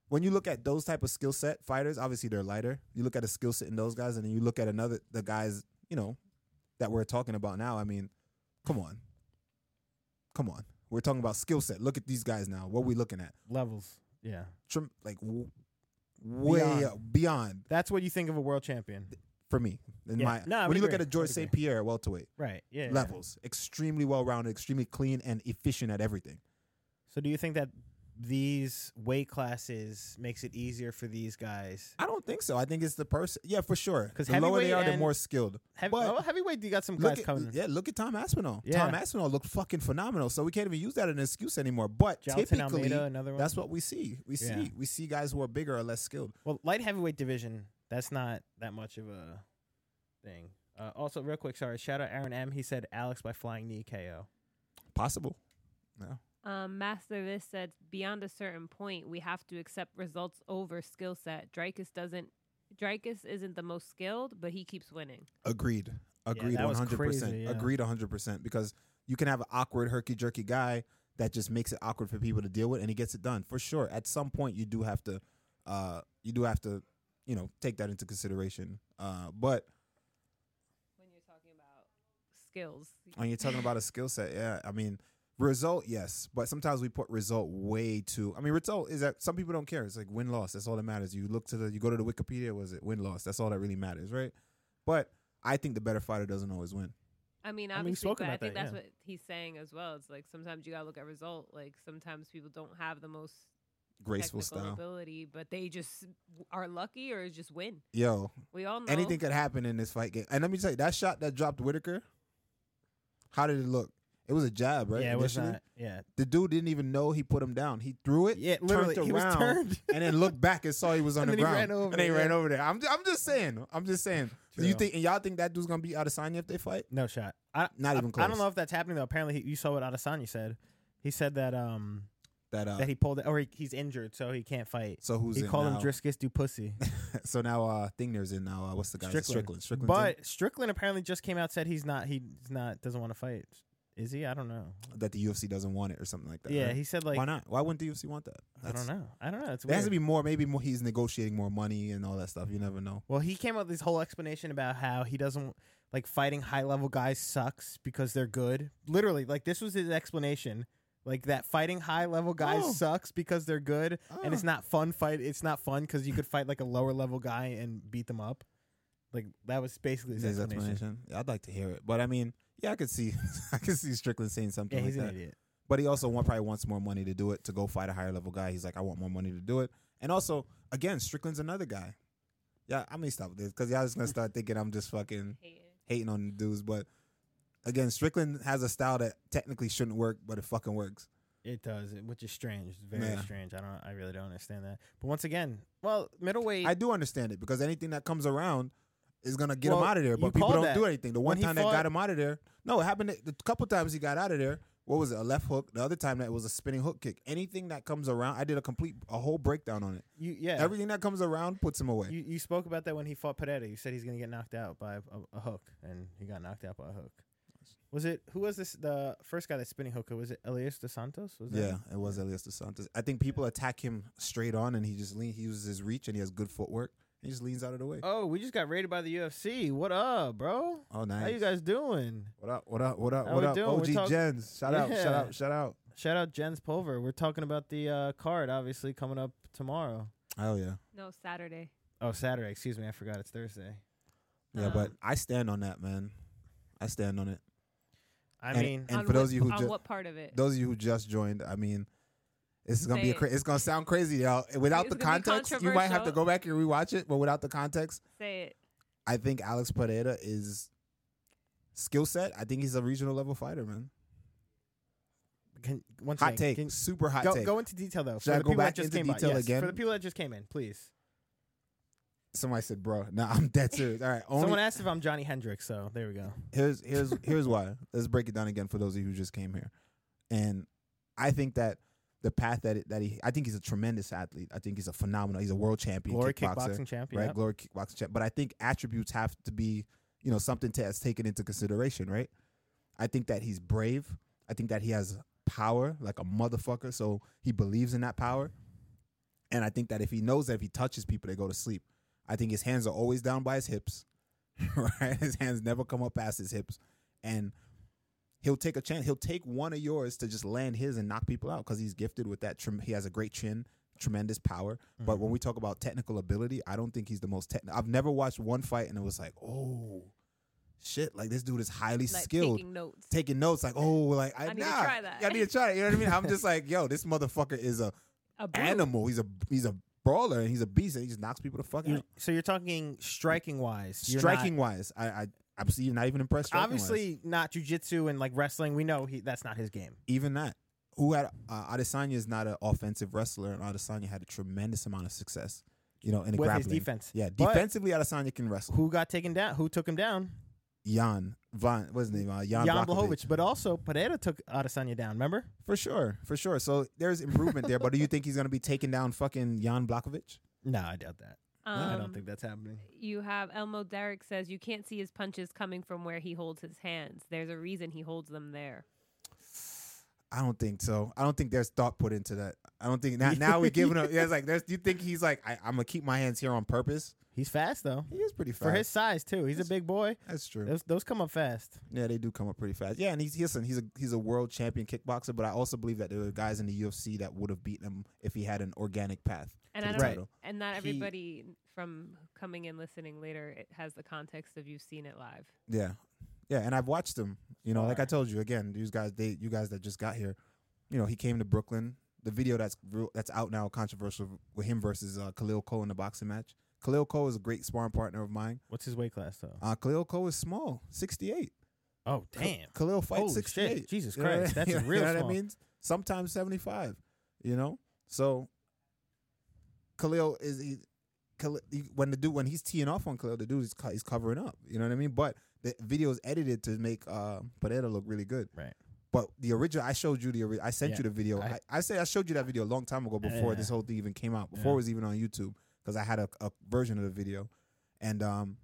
when you look at those type of skill set fighters, obviously they're lighter. You look at a skill set in those guys, and then you look at another the guys, you know, that we're talking about now. I mean, come on, come on. We're talking about skill set. Look at these guys now. What we looking at? Levels. Yeah. Trim, like w- way Beyond. beyond, beyond That's what you think of a world champion. for me. In Yeah. my No, I when would you look agree. at a George I'd agree. St. Pierre welterweight Right. Yeah. yeah. levels, extremely well rounded, extremely clean and efficient at everything. So do you think that these weight classes makes it easier for these guys? I don't think so. I think it's the person. Yeah, for sure. 'Cause the lower they heavyweight are, the and- more skilled. Heavy, But- oh, heavyweight, you got some Look guys at, coming. yeah, look at Tom Aspinall. Yeah. Tom Aspinall looked fucking phenomenal. So we can't even use that as an excuse anymore. But Jonathan typically, Almeida, another one. that's what we see. We see Yeah. we see guys who are bigger or less skilled. well, light heavyweight division. That's not that much of a thing. Uh, also, real quick, sorry. Shout out Aaron M. He said Alex by flying knee KO. Possible. um, Master This said, beyond a certain point, we have to accept results over skill set. Drakus doesn't. Drakus isn't the most skilled, but he keeps winning. Agreed. Agreed. that One was hundred crazy, percent. yeah. Agreed. One hundred percent. Because you can have an awkward, herky jerky guy that just makes it awkward for people to deal with, and he gets it done for sure. At some point, you do have to, uh, you do have to, you know, take that into consideration. Uh, but When you're talking about skills, When you're talking about a skill set, yeah. I mean, result, yes, but sometimes we put result way too. I mean, result is that some people don't care. It's like win loss. That's all that matters. You look to the, you go to the Wikipedia. Was it win loss? That's all that really matters, right? But I think the better fighter doesn't always win. I mean, I mean, obviously, we spoke but I about think that, that's yeah. what he's saying as well. It's like sometimes you gotta look at result. Like sometimes people don't have the most Graceful technical style, ability, but they just are lucky or just win. yo. We all know Anything could happen in this fight game. And let me tell you, that shot that dropped Whitaker. How did it look? It was a jab, right? Yeah, it was Initially? not. Yeah. The dude didn't even know he put him down. He threw it. Yeah, literally, turned he was around, turned. and then looked back and saw he was on the And then he ground. ran over, and they yeah. ran over there. I'm, I'm just saying. I'm just saying. Do you True. think and y'all think that dude's gonna be Adesanya if they fight? No shot. I, Not even I, I don't close. know if that's happening though. Apparently, he, you saw what Adesanya said. He said that um That uh. that he pulled or he, he's injured, so he can't fight. so who's he in called now? him Driscus Du Pussy. so now uh Thingner's in now. Uh, what's the guy? Strickland. Strickland. Strickland. but Strickland apparently just came out said he's not he's not doesn't want to fight. Is he? I don't know. that the UFC doesn't want it or something like that. yeah, right? he said like Why not? Why wouldn't the UFC want that? I don't know. I don't know. It's There has weird. to be more. Maybe more, he's negotiating more money and all that stuff. You never know. well, he came out with this whole explanation about how he doesn't like fighting high level guys sucks because they're good. Literally, like this was his explanation. Like that fighting high level guys Oh. sucks because they're good and it's not fun fight. It's not fun because you could fight like a lower level guy and beat them up. Like that was basically his, his explanation. explanation. Yeah, I'd like to hear it, but I mean, yeah, I could see, I could see Strickland saying something Yeah, like he's that. an idiot. But he also want, probably wants more money to do it to go fight a higher level guy. He's like, I want more money to do it. And also, again, Strickland's another guy. Yeah, I may stop this because y'all just gonna start thinking I'm just fucking hating on the dudes. But again, Strickland has a style that technically shouldn't work, but it fucking works. It does, it- which is strange. It's very Yeah. strange. I don't. I really don't understand that. But once again, well, middleweight. I do understand it because anything that comes around is gonna get Well, him out of there. you But people called don't that. do anything. The When one he time fought- that got him out of there, no, it happened. The couple times he got out of there what was it? A left hook. The other time that was a spinning hook kick. Anything that comes around, I did a complete, a whole breakdown on it. You yeah. Everything that comes around puts him away. you, you spoke about that when he fought Pereira. You said he's gonna get knocked out by a, a hook, and he got knocked out by a hook. Was it who was this? The first guy that spinning hooker was it Elias dos Santos? Was that yeah, him? it was Elias Dos Santos. I think people attack him straight on, and he just lean. He uses his reach, and he has good footwork. He just leans out of the way. Oh, we just got raided by the UFC. What up, bro? Oh, nice. How you guys doing? What up? What up? What up? How What we up? doing? OG We're talk- Jens. Shout out! Shout Yeah. out! Shout out! Shout out Jens Pulver. We're talking about the uh, card, obviously coming up tomorrow. Oh yeah, No, Saturday. Oh, Saturday. Excuse me, I forgot it's Thursday. yeah. Uh-huh. but Um, I stand on that, man. I stand on it. I And- mean, and on for what- those of you who on ju- what part of it? Those of you who just joined, I mean, it's gonna be a Say cra- it's gonna sound crazy, y'all. Without It's the gonna be context, you might have to controversial. go back and rewatch it. But without the context, Say it. I think Alex Pereira is skill set. I think he's a regional level fighter, man. can, once Hot again, take, can- super hot go, take. go into detail though. Should for I the go people back that just into came by. detail Yes, again? For the people that just came in, please. Somebody said, "Bro, nah, I'm dead serious." All right, only Someone asked if I'm Johnny Hendricks, so there we go. here's here's here's why. Let's break it down again for those of you who just came here. And I think that the path that it, that he, I think he's a tremendous athlete. I think he's a phenomenal. He's a world champion Glory kickboxer, kickboxing champion. right? Glory kickboxing champ. But I think attributes have to be, you know, something to, that's taken into consideration, right? I think that he's brave. I think that he has power like a motherfucker. So he believes in that power. And I think that if he knows that if he touches people, they go to sleep. I think his hands are always down by his hips, right? His hands never come up past his hips. And he'll take a chance. He'll take one of yours to just land his and knock people out because he's gifted with that. Trem- he has a great chin, tremendous power. Mm-hmm. But when we talk about technical ability, I don't think he's the most technical. I've never watched one fight and it was like, oh, shit, like this dude is highly Like skilled taking notes. taking notes, like, oh, like I, I need to nah, try that. I need to try it. You know what I mean? I'm just like, yo, this motherfucker is a a brute. animal. He's a he's a brawler and he's a beast and he just knocks people the fuck You- out. so you're talking striking wise. You're not- Striking wise, I I I'm see- not even impressed. striking-wise. obviously not jujitsu and like wrestling. We know he that's not his game. even that. Who had uh, Adesanya is not an offensive wrestler, and Adesanya had a tremendous amount of success. You know, in the With his grappling. defense. Yeah, But- defensively, Adesanya can wrestle. Who got taken down? Who took him down? Jan Von, what's his name? Uh, Jan, Jan Blachowicz. Blachowicz, but also Pereira took Adesanya down. Remember? for sure, for sure. So there's improvement there, but do you think he's gonna be taking down fucking Jan Blachowicz? No, I doubt that. Um, I don't think that's happening. You have Elmo Derek says you can't see his punches coming from where he holds his hands. There's a reason he holds them there. I don't think so. I don't think there's thought put into that. I don't think now, now we're giving up. Yeah, it's like there's. You think he's like I, I'm gonna keep my hands here on purpose? He's fast though. He is pretty fast. For his size too. He's a That's- big boy. that's true. Those those come up fast. Yeah, they do come up pretty fast. Yeah, and he's listen, he's a he's a world champion kickboxer, but I also believe that there were guys in the UFC that would have beaten him if he had an organic path. And to I the don't. Right. title. And not He- everybody from coming and listening later it has the context of you've seen it live. Yeah, yeah, and I've watched him. You know, like I Far. told you again, these guys, they, you guys that just got here, you know, he came to Brooklyn. The video that's real, that's out now, controversial with him versus uh, Khalil Cole in the boxing match. Khalil Cole is a great sparring partner of mine. What's his weight class though? Uh, Khalil Cole is small, sixty eight. Oh damn. Khalil fights Holy shit. 68. Jesus You know what Christ, I mean? that's You know real what I small. mean? Sometimes 75, you know? So Khalil is he, Khalil, he- when the dude when he's teeing off on Khalil, the dude is co- he's covering up, you know what I mean? But the video is edited to make uh Pereira look really good. Right. But the original, I showed you the ori- I sent Yeah. you the video. I, I- I say I showed you that video a long time ago before Yeah. this whole thing even came out, before Yeah. it was even on YouTube, because I had a, a version of the video, and um,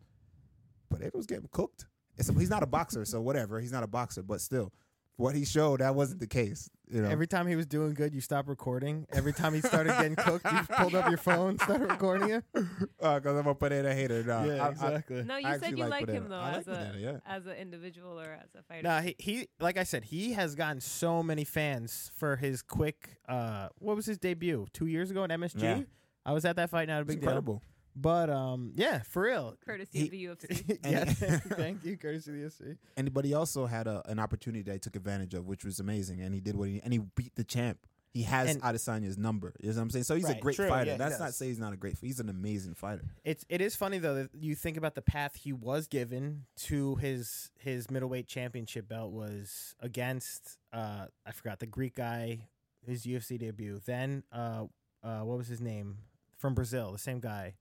but it was getting cooked. It's he's not a boxer, so whatever. He's not a boxer, but still, what he showed that wasn't the case. You know, Every time he was doing good, you stopped recording. Every time he started getting cooked, you pulled up your phone, started recording it. because Uh, I'm a Pineda hater. Nah, I- I- No, you Eh, I said actually you like like, him Banana. though I like as a Banana, yeah. as an individual or as a fighter. No, he, he like I said, he has gotten so many fans for his quick uh what was his debut? Two years ago at MSG? Yeah. I was at that fight, not a it's big deal. incredible. But um yeah, for real. Courtesy he- of the UFC. yeah, And- thank you, courtesy of the UFC. And but he also had a, an opportunity that he took advantage of, which was amazing, and he did what he and he beat the champ. He has And- Adesanya's number. You know what I'm saying? So he's a Right, great true, fighter. yeah, he That's not does. say he's not a great. He's an amazing fighter. It's it is funny though that you think about the path he was given to his his middleweight championship belt was against uh I forgot the Greek guy his UFC debut. Then uh uh what was his name from Brazil? The same guy,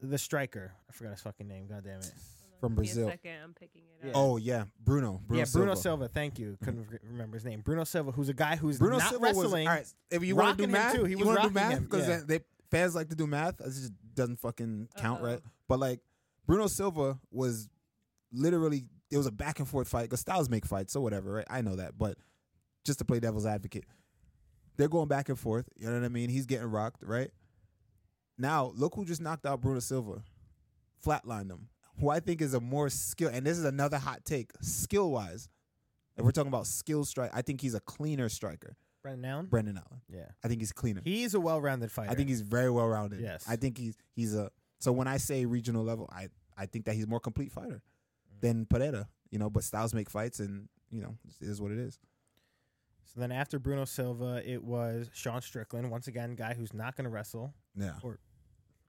the striker. I forgot his fucking name. God damn it. from Give me a Brazil. second, I'm picking it Yeah. up. Oh yeah, Bruno. Bruno yeah, Bruno Silva. Silva. Mm-hmm. Thank you. Couldn't re- remember his name. Bruno Silva, who's a guy who's Bruno not Silva was all wrestling. right. If you want to do Rocking him math, too. He you was want to do rocking math him, because yeah. they fans like to do math. It just doesn't fucking count, Uh-oh. right? But like Bruno Silva was literally it was a back and forth fight. Because styles make fights, so whatever, right? I know that, but just to play devil's advocate, they're going back and forth. You know what I mean? He's getting rocked, right? Now look who just knocked out Bruno Silva, flatlined him. Who I think is a more skill, and this is another hot take, skill wise. If we're talking about skill strike, I think he's a cleaner striker. Brendan Allen? Brendan Allen. yeah. I think he's cleaner. He's a well-rounded fighter. I think he's very well rounded. Yes. I think he's he's a so when I say regional level, I I think that he's more complete fighter Mm. than Pereira. You know, but styles make fights, and you know, it is what it is. So then after Bruno Silva, it was Sean Strickland, once again, guy who's not going to wrestle Yeah.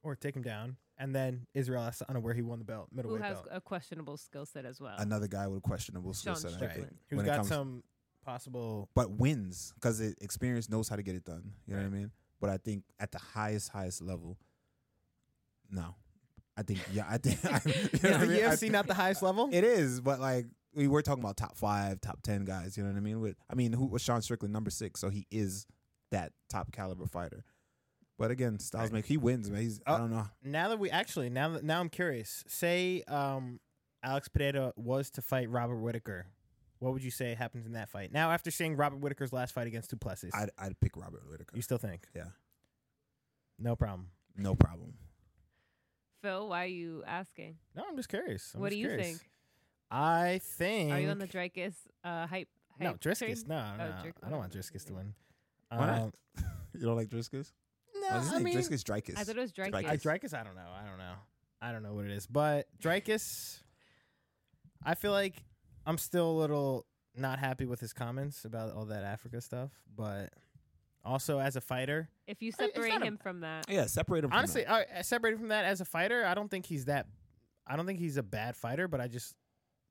or take him down. And then Israel Asana, where he won the belt, Oh, Who middleweight has belt. a questionable skill set as well. Another guy with a questionable skill Sean set, I Uh, Strickland. think. Who's when it got comes- some possible. But wins because experience knows how to get it done. You know what I mean? But I think at the highest, highest level, no. I think yeah, I think you know what Is I the mean? I UFC not the highest level? It is, but like we were talking about top five, top ten guys. You know what I mean? With I mean, who was Sean Strickland number six? So he is that top caliber fighter. But again, Styles Right. make he wins, man. He's I Oh. don't know. now that we actually now that now I'm curious. Say um, Alex Pineda was to fight Robert Whitaker. What would you say happens in that fight? Now after seeing Robert Whitaker's last fight against Duplessis, I'd, I'd pick Robert Whitaker. you still think? Yeah. No problem. No problem. Phil, why are you asking? No, I'm just curious. I'm what do just you curious. think? I think. Are you on the Dreykus uh, hype? No, hype train? Driscus. No, no, Drake- I don't want whatever. Driscus to win. Why not? Um, You don't like Driscus? No, Oh, is his I name mean, Driscus Dreykus. I thought it was Dreykus. I Dreykus. Drakus, I don't know. I don't know. I don't know what it is. But Drakus, I feel like I'm still a little not happy with his comments about all that Africa stuff. But also as a fighter, If you I- it's separate not a- him from that, yeah, separate him. from honestly, that. I, separated from that as a fighter, I don't think he's that. I don't think he's a bad fighter, but I just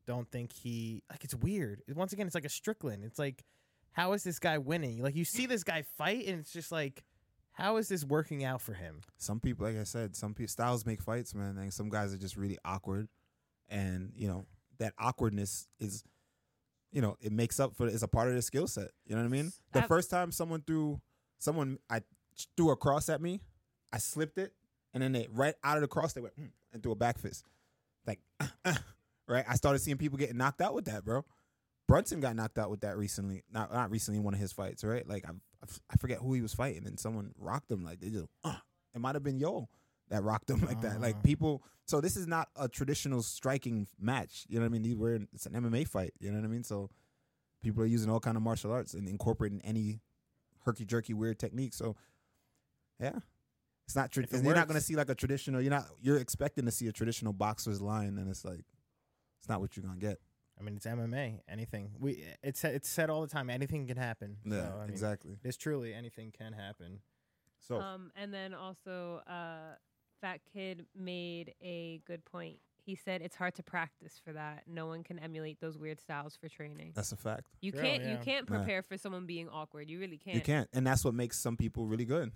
don't think he like. It's weird. Once again, it's like a Strickland. It's like, how is this guy winning? Like you see this guy fight, and it's just like, how is this working out for him? some people, like I said, some people styles make fights, man. And some guys are just really awkward, and you know that awkwardness is, you know, it makes up for it's a part of their skill set. You know what I mean? The Ab- first time someone threw someone I threw a cross at me, I slipped it, and then they right out of the cross they went "Mm," and threw a back fist, like right. I started seeing people getting knocked out with that, bro. Brunson got knocked out with that recently. Not not recently in one of his fights, right? Like I, I f- I forget who he was fighting, and someone rocked him. Like they just, uh, it might have been Yo that rocked him like that. Ah. Like people. So this is not a traditional striking match. You know what I mean? These We're in, it's an MMA fight. You know what I mean? So people are using all kind of martial arts and incorporating any herky jerky weird technique. So yeah. It's not. Tra- If it you're not works. going to see like a traditional. You're not. You're expecting to see a traditional boxer's line, and it's like, it's not what you're gonna get. I mean, it's MMA. Anything we it's it's said all the time. Anything can happen. Yeah, so, I mean, exactly. It's truly anything can happen. So um, and then also, uh, Fat Kid made a good point. He said it's hard to practice for that. No one can emulate those weird styles for training. that's a fact. You True, can't. You yeah. can't Uh, Nah. prepare for someone being awkward. You really can't. You can't, and that's what makes some people really good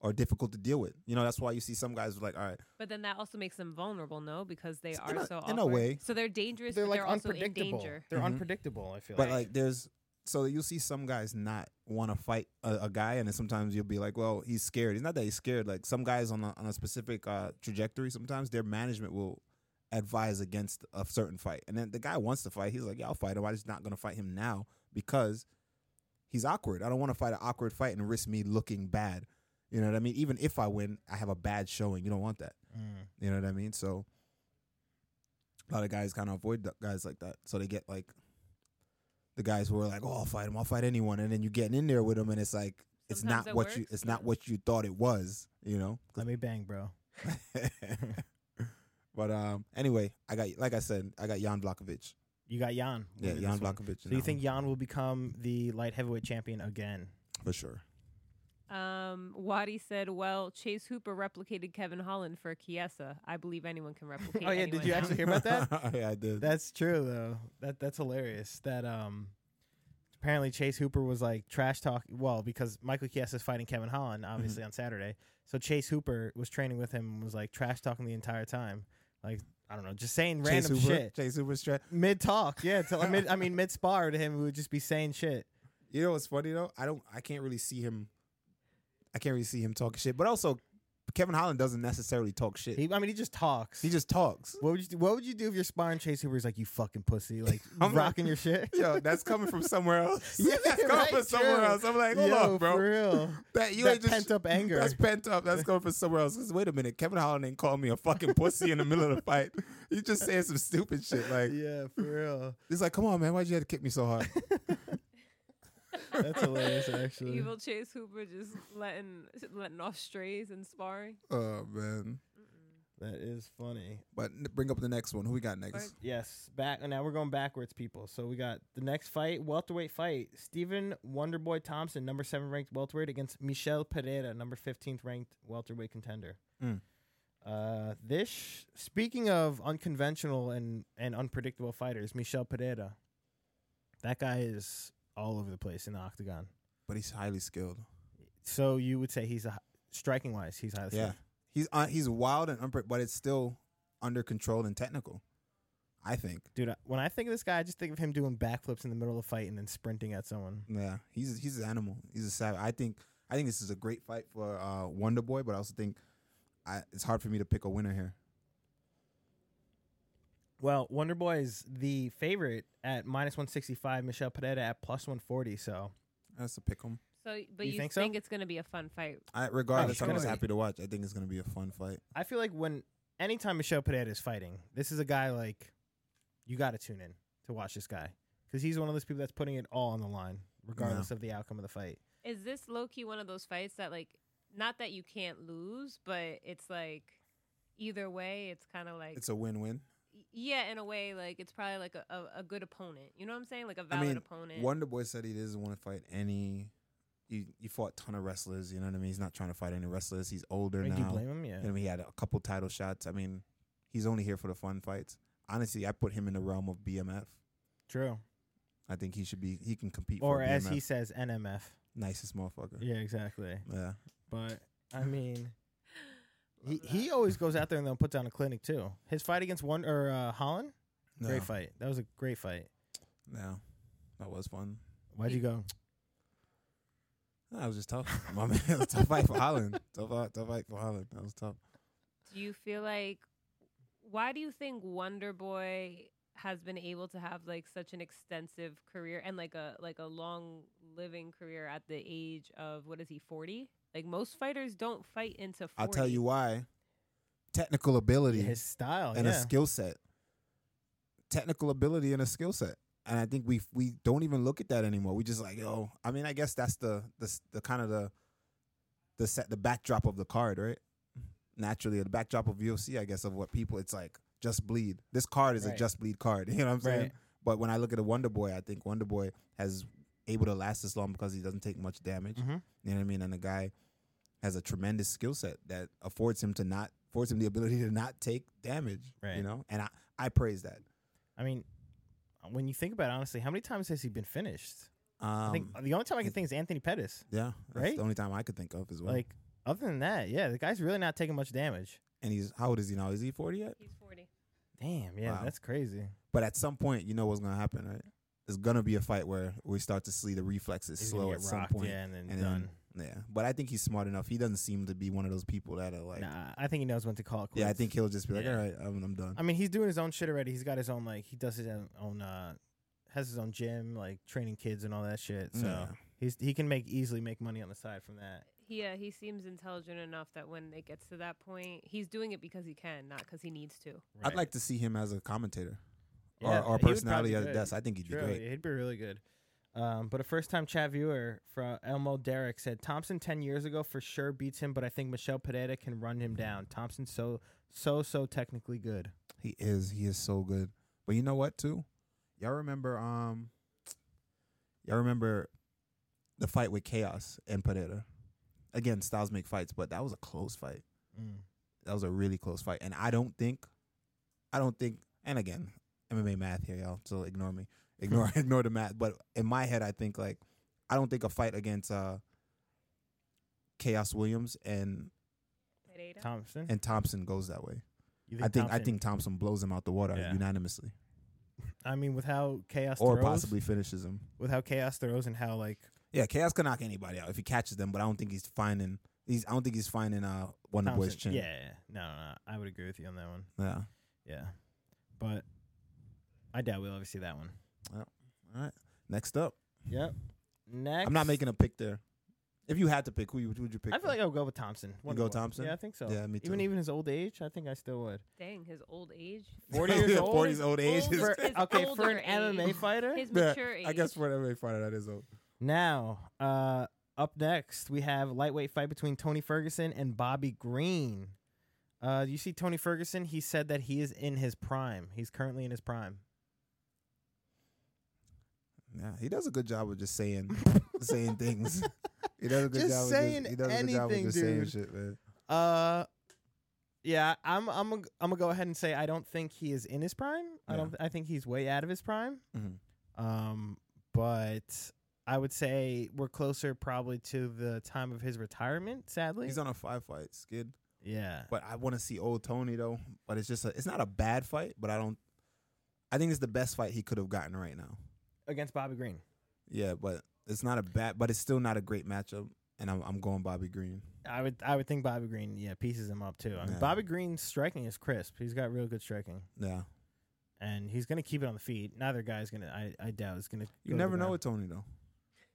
or difficult to deal with. You know, that's why you see some guys like, all right, But then that also makes them vulnerable, no? Because they In are a- so awkward. in a way. So they're dangerous. They're but like they're also in unpredictable. danger. They're Mhm. unpredictable. I feel but like. like there's so you'll see some guys not want to fight a, a guy, and then sometimes you'll be like, well, he's scared. It's not that he's scared. Like some guys on a, on a specific uh, trajectory, sometimes their management will advise against a certain fight, and then the guy wants to fight. He's like, yeah, I'll fight him. I'm just not gonna fight him now because he's awkward. I don't want to fight an awkward fight and risk me looking bad. You know what I mean? Even if I win, I have a bad showing. You don't want that. Mm. You know what I mean? So a lot of guys kind of avoid th- guys like that. So they get like the guys who are like, "Oh, I'll fight him. I'll fight anyone," and then you getting in there with them, and it's like it's Sometimes not it what you works, it's yeah. not what you thought it was. You know. let me bang, bro. but um, anyway, I got like I said, I got Jan Blakovic. You got Jan. Yeah, winning Jan this one. Blakovic. in So you that think one, Jan will become the light heavyweight champion again? for sure? Um, Wadi said, "Well, Chase Hooper replicated Kevin Holland for Kiesa. I believe anyone can replicate." Oh, yeah, did anyone you now." actually hear about that? yeah, I did. That's true though. That that's hilarious. That um apparently Chase Hooper was like trash talk well, because Michael Chiesa is fighting Kevin Mm-hmm. Holland, obviously on Saturday. So Chase Hooper was training with him and was like trash talking the entire time. Like I don't know, just saying Chase random Hoover, shit Chase Hoover stretch. mid talk. Yeah, till, I mean, I mean mid spar to him, we would just be saying shit. You know what's funny though? I don't. I can't really see him. I can't really see him talking shit. But also, Kevin Holland doesn't necessarily talk shit. He, He, I mean, he just talks. just talks. what would you do, What would you do if your sparring Chase Hoover's like you fucking pussy, like I'm like- rocking your shit? Yo, that's coming from somewhere else. Yeah, that's coming right, from somewhere true. else. I'm like, hold Yo, on, bro. For real. That you That ain't just pent-up anger. That's pent up. That's coming from somewhere else. 'Cause wait a minute, Kevin Holland ain't called me a fucking pussy in the middle of the fight. You just saying some stupid shit. Like yeah, for real. it's like, come on, man, why'd you have to kick me so hard? That's hilarious, actually. Evil Chase Hooper just letting letting off strays and sparring. oh man. That is funny. But n- bring up the next one. Who we got next? Yes, back and now we're going backwards, people. So we got the next fight, welterweight fight: Stephen Wonderboy Thompson, number seven ranked welterweight, against Michelle Pereira, number fifteenth ranked welterweight contender. Mm. Uh, this sh- speaking of unconventional and and unpredictable fighters, Michelle Pereira. That guy is all over the place in the octagon. But he's highly skilled. So you would say he's a striking wise, he's highly Yeah, skilled. he's uh, he's wild and unpre- but it's still under control and technical. I think. Dude, I- when I think of this guy, I just think of him doing backflips in the middle of a fight and then sprinting at someone. Yeah, he's he's an animal. He's a savage. I think I think this is a great fight for uh, Wonder Boy, but I also think I, it's hard for me to pick a winner here. Well, Wonder Boy is the favorite at minus one sixty five. Michelle Pereira at plus one forty. So That's a pick 'em. So, but You you, think think, so? it's gonna be a fun fight? I, regardless, Oh, I'm just sure. happy to watch. I think it's gonna be a fun fight. I feel like when anytime Michelle Pereira is fighting, this is a guy like you got to tune in to watch this guy because he's one of those people that's putting it all on the line, regardless of the outcome of the fight. Is this low key one of those fights that like, not that you can't lose, but it's like, either way, it's kind of like, It's a win-win. y- yeah, in a way, like it's probably like a, a, a good opponent. You know what I'm saying? Like a I valid mean, opponent. Wonder Boy said he doesn't want to fight any. He, he fought a ton of wrestlers. You know what I mean. He's not trying to fight any wrestlers. He's older I mean, now. do you blame him? Yeah. And he had a couple title shots. I mean, he's only here for the fun fights. Honestly, I put him in the realm of BMF. True. I think he should be. He can compete for Or BMF. as he says, NMF. nicest motherfucker. Yeah, exactly. Yeah. But I mean, he, Love that. he always goes out there and then puts down a clinic too. His fight against one or uh, Holland, No, great fight. That was a great fight. No, that was fun. Why'd you go? That was just tough. My man, it was a tough fight for Holland. Tough, fight- tough fight for Holland. That was tough. Do you feel like why do you think Wonder Boy has been able to have like such an extensive career and like a like a long living career at the age of what is he 40? Like most fighters don't fight into 40. I'll tell you why. Technical ability his style and yeah. a skill set. Technical ability and a skill set. And I think we we don't even look at that anymore. We just like, yo. I mean, I guess that's the the s- the kind of the the set the backdrop of the card, right? Naturally, the backdrop of UFC, I guess, of what people. It's like just bleed. This card is Right. a just bleed card. You know what I'm saying? Right. But when I look at a Wonder Boy, I think Wonder Boy has able to last this long because he doesn't take much damage. Mhm. You know what I mean? And the guy has a tremendous skill set that affords him to not affords him the ability to not take damage. Right. You know, and I I praise that. I mean, when you think about it, honestly, how many times has he been finished? Um, I think the only time I can think is Anthony Pettis. yeah, that's right? the only time I could think of as well. Like, other than that, yeah, the guy's really not taking much damage. and he's how old is he now? Is he forty yet? He's 40. Damn, yeah, Wow. that's crazy. But at some point, you know what's gonna happen, right? It's gonna be a fight where we start to see the reflexes He's gonna slow get at some rocked, point. yeah, and then and done. Then, yeah, but I think he's smart enough. He doesn't seem to be one of those people that are like, nah, I think he knows when to call it quits. yeah. I think he'll just be like, Yeah. all right, I'm, I'm done. I mean, he's doing his own shit already. He's got his own like he does his own- own uh has his own gym, like training kids and all that shit. So Yeah. he's he can make easily make money on the side from that. He, uh, he seems intelligent enough that when it gets to that point, he's doing it because he can, not because he needs to. I'd like to see him as a commentator Yeah, or, or a he would personality probably at do the it. desk. I think he'd True, be great. yeah, he'd be really good. Um, but a first-time chat viewer from Elmo Derek said Thompson ten years ago for sure beats him, but I think Michelle Pereira can run him down. Thompson's so so so technically good. He is. He is so good. But you know what too? Y'all remember um y'all remember the fight with Chaos and Pereira. Again, styles make fights, but that was a close fight. That was a really close fight. And I don't think I don't think and again, MMA math here, y'all, so ignore me. Hmm. Ignore ignore the math. But in my head I think like I don't think a fight against uh Chaos Williams and Pereira? Thompson, and Thompson goes that way. You I think I Thompson- think Thompson blows him out the water Yeah. unanimously, I mean, with how chaos or throws, possibly finishes him. with how chaos throws and how like Yeah, Chaos can knock anybody out if he catches them, but I don't think he's finding. He's I don't think he's finding uh Wonder Thompson, Boy's chin. Yeah, yeah, yeah. no, no, no, I would agree with you on that one. Yeah. Yeah, but I doubt we'll ever see that one. All right. Next up, Yep. Next, I'm not making a pick there. If you had to pick, who you- who would you pick? I feel like I'll go with Thompson. Wonder go Boy. Thompson? Yeah, I think so. Yeah, me Even too. even his old age, I think I still would. Dang, his old age. 40 years Yeah, old 40 is- 's old age. is- old is- For, His okay, for older an age. MMA fighter. His Yeah, mature age. I guess for an MMA fighter that is old. Now, uh, up next, we have lightweight fight between Tony Ferguson and Bobby Green. Uh, you see, Tony Ferguson, he said that he is in his prime. He's currently in his prime. Yeah, he does a good job of just saying saying things. He does a good Just job saying of just, he does a good job of anything, just saying dude. shit, man. Uh, yeah, I'm I'm gonna- I'm gonna go ahead and say I don't think he is in his prime. I Yeah. don't. I think he's way out of his prime. Mhm. Um, but I would say we're closer probably to the time of his retirement. Sadly, He's on a five fight skid, yeah. but I want to see old Tony though. But it's just a, it's not a bad fight, but I don't. I think it's the best fight he could have gotten right now. Against Bobby Green. Yeah, but it's not a bad, but it's still not a great matchup. And I'm, I'm going Bobby Green. I would I would think Bobby Green, yeah, pieces him up too. I mean, Yeah. Bobby Green's striking is crisp. He's got real good striking, Yeah, and he's gonna keep it on the feet. Neither guy's gonna, I, I doubt, is gonna. you go to never the know ground. with Tony though.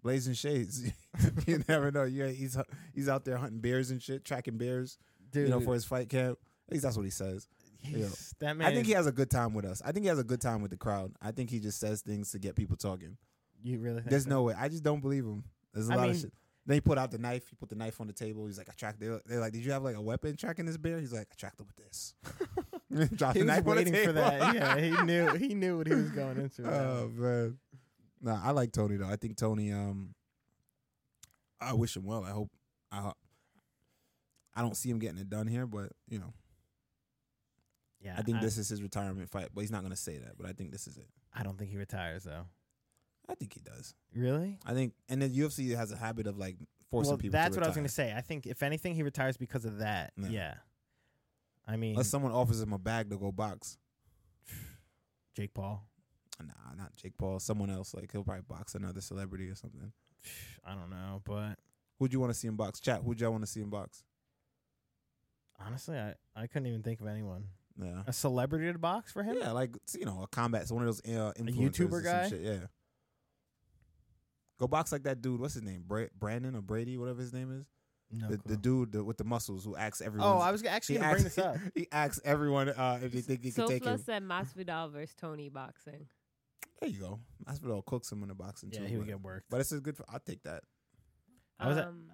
Blazing shades, you never know. Yeah, he's he's out there hunting bears and shit, tracking bears. dude. You know, for his fight camp. At least that's what he says. he's- that man. I think he has a good time with us. I think he has a good time with the crowd. I think he just says things to get people talking. You really? Think There's so? no way. I just don't believe him. There's a I lot of mean- shit. Then he put out the knife. He put the knife on the table. He's like, I tracked it. They're like, Did you have like a weapon tracking this bear? He's like, I tracked it with this. Dropped He the knife was on the waiting for table. that. yeah, he knew. He knew what he was going into. with that Oh one. man. Nah, I like Tony though. I think Tony. Um, I wish him well. I hope. I. ho- I don't see him getting it done here, but you know, yeah, I think this is his retirement fight. But he's not gonna say that. But I think this is it. I don't think he retires though. I think he does. Really? I think, and the UFC has a habit of like forcing Well, people. that's to what I was retire. gonna say. I think if anything, he retires because of that. Yeah. Yeah. I mean, Unless someone offers him a bag to go box. Jake Paul. Nah, not Jake Paul. Someone else. Like he'll probably box another celebrity or something. I don't know, but Who'd you want to see him box? Chat. Who'd y'all want to see him box? honestly, I I couldn't even think of anyone. Yeah. a celebrity to box for him? Yeah, like you know, a combat. So one of those uh, influencers. YouTuber or some guy? Shit. Yeah. Go box like that dude. What's his name? Bra- Brandon or Brady? Whatever his name is. No. the, the dude the, with the muscles who asks everyone. oh, I was actually he going to bring asks- this up. he asks everyone uh, if they think they can take Sofla him. said Masvidal versus Tony boxing. There you go. Masvidal cooks him in the boxing yeah, too. he but- would get worked. But it's a good. I'll take that. I was at- um,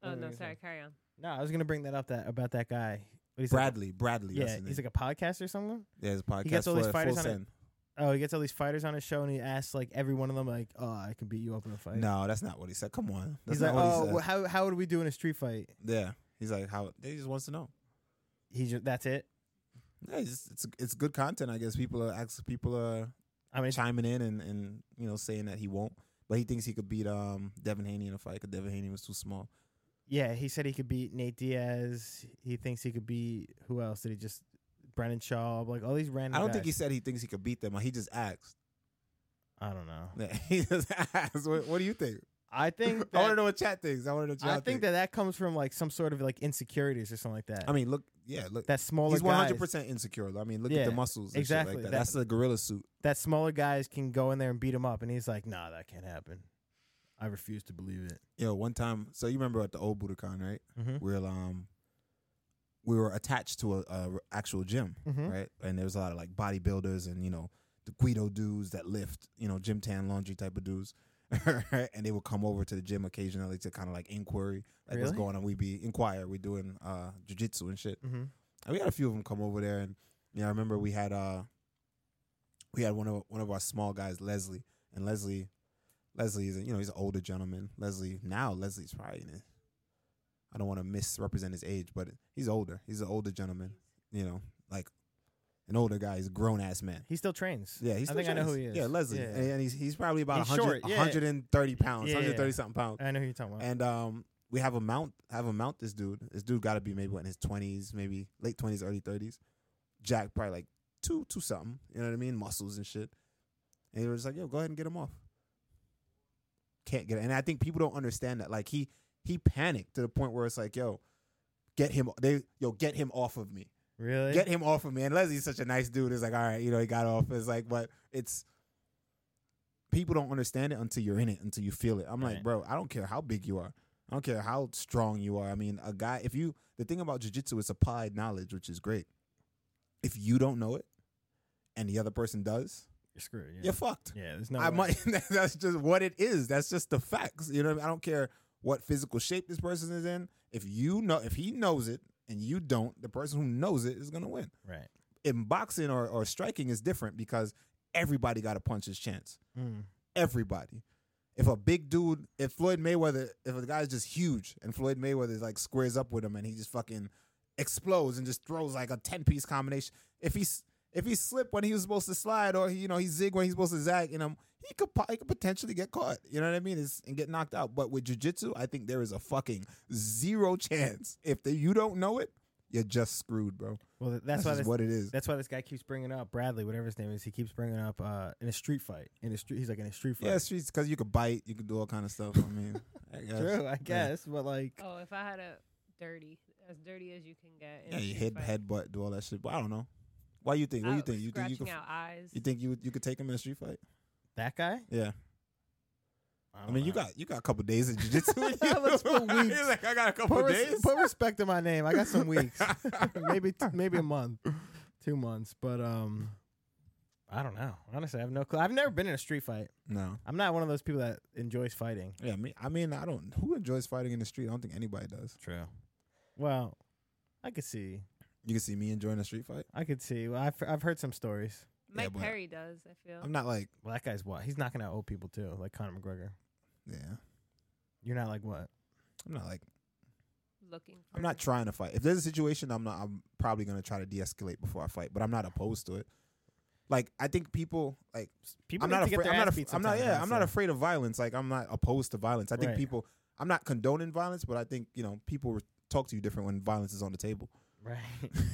What oh were you no, gonna sorry, say? carry on. No, I was going to bring that up that about that guy. What he's like- Bradley. Bradley. that's yeah, his he's name. like a podcast or something. There's a podcast. gets all these for- fighters Full on it. Send. Oh, he gets all these fighters on his show and he asks like every one of them like, "Oh, I can beat you up in a fight." No, that's not what he said. Come on. That's he's like, not what "Oh, he said. well, how how would we do in a street fight?" yeah. He's like, how? They just wants to know. He just that's it. Yeah, it's just- it's it's good content. I guess people are ask people are I mean, chiming in and and you know saying that he won't, but he thinks he could beat um Devin Haney in a fight because Devin Haney was too small. yeah, he said he could beat Nate Diaz. He thinks he could beat who else? Did he just Brennan Shaw? Like all these random. I don't guys. think he said he thinks he could beat them. He just asked. I don't know. Yeah, he just asked. What, what do you think? I think I want to that, know what chat thinks. I want to know. What I, y'all think, that that comes from like some sort of like insecurities or something like that. I mean, look. Yeah, look. that smaller He's one hundred guys, percent insecure. though. I mean, look at Yeah, the muscles. And exactly. exactly. like that. That- That's the gorilla suit. that smaller guys can go in there and beat him up, and he's like, "Nah, that can't happen. I refuse to believe it." Yo, one time. So you remember at the old Budokan, right? Mm-hmm. We're um, we were attached to a, a r- actual gym, Mhm. right? And there was a lot of like bodybuilders and you know the Guido dudes that lift, you know, gym tan laundry type of dudes. right? And they would come over to the gym occasionally to kind of like inquiry, like what's Really? going on. We'd be inquire. We're doing uh jujitsu and shit. Mm-hmm. And we had a few of them come over there, and you know, I remember we had uh, we had one of one of our small guys, Leslie, and Leslie, Leslie is a, you know he's an older gentleman. Leslie now Leslie's probably in it. I don't want to misrepresent his age, but he's older. He's an older gentleman, you know, like an older guy. He's a grown ass man. He still trains. Yeah, he's I still think I know Chinese. who he is. Yeah, Leslie, Yeah. And, and he's he's probably about He's 100, short, yeah. 130 pounds, Yeah. 130 something pounds. I know who you're talking about. And um, we have a mount, have a mount. This dude, this dude got to be maybe what, in his twenties, maybe late twenties, early thirties. Jack probably like two, two something. You know what I mean? Muscles and shit. And he was like, yo, go ahead and get him off. Can't get it. And I think people don't understand that. Like he he panicked to the point where it's like, yo, get him they yo, get him off of me. Really? Get him off of me. And Leslie's such a nice dude. It's like, all right, you know, he got off. It's like, but it's people don't understand it until you're in it, until you feel it. I'm like, Right. bro, I don't care how big you are. I don't care how strong you are. I mean, a guy if you the thing about jujitsu is applied knowledge, which is great. If you don't know it and the other person does, You're screwed. Yeah. you're fucked. yeah. There's no. I way. might. that's just what it is. That's just the facts. You know, what I, mean? I don't care what physical shape this person is in. If you know, if he knows it and you don't, the person who knows it is gonna win. Right. In boxing or, or striking is different because everybody got a punch's chance. Mm. Everybody. If a big dude, if Floyd Mayweather, if a guy's just huge and Floyd Mayweather is like squares up with him and he just fucking explodes and just throws like a ten piece combination. If he's if he slipped when he was supposed to slide or he, you know he zig when he's supposed to zag in him, he could po- he could potentially get caught. You know what I mean? It's, and get knocked out. But with jujitsu, I think there is a fucking zero chance. If the, you don't know it, you're just screwed, bro. Well, th- That's, that's, why just this, what it is. that's why this guy keeps bringing up Bradley, whatever his name is. He keeps bringing up uh, in a street fight. In a street, he's like in a street fight. Yeah, streets because you could bite, you could do all kind of stuff. I mean, I guess. true. I guess, but like, Oh, if I had a dirty, as dirty as you can get. in Yeah, a you street head fight. headbutt, do all that shit. But I don't know. Why you think? What do you Out think? You think you scratching could? out eyes. You think you would- you could take him in a street fight? that guy. Yeah. I, don't mean, you know. got you got a couple days of jujitsu. Yeah, let's put You're weeks. like, I got a couple put, res- days. put respect to my name. I got some weeks, maybe t- maybe a month, two months. But um, I don't know. Honestly, I have no clue. I've never been in a street fight. No. I'm not one of those people that enjoys fighting. Yeah, me. I mean, I don't. Who enjoys fighting in the street? I don't think anybody does. True. Well, I could see. You can see me enjoying a street fight. I could see. Well, I've I've heard some stories. Mike but- Perry does. I feel. I'm not like, Well, that guy's what? He's knocking out old people too, like Conor McGregor. yeah. You're not like what? I'm not like. looking. For I'm not trying to fight. If there's a situation, I'm not. I'm probably gonna try to de-escalate before I fight, but I'm not opposed to it. Like, I think people like People I'm need not to get afraid. their I'm not. ass af- beat I'm not. sometimes, Yeah, I'm not so- afraid of violence. Like I'm not opposed to violence. I think Right. people. I'm not condoning violence, but I think you know people re- talk to you different when violence is on the table. Right.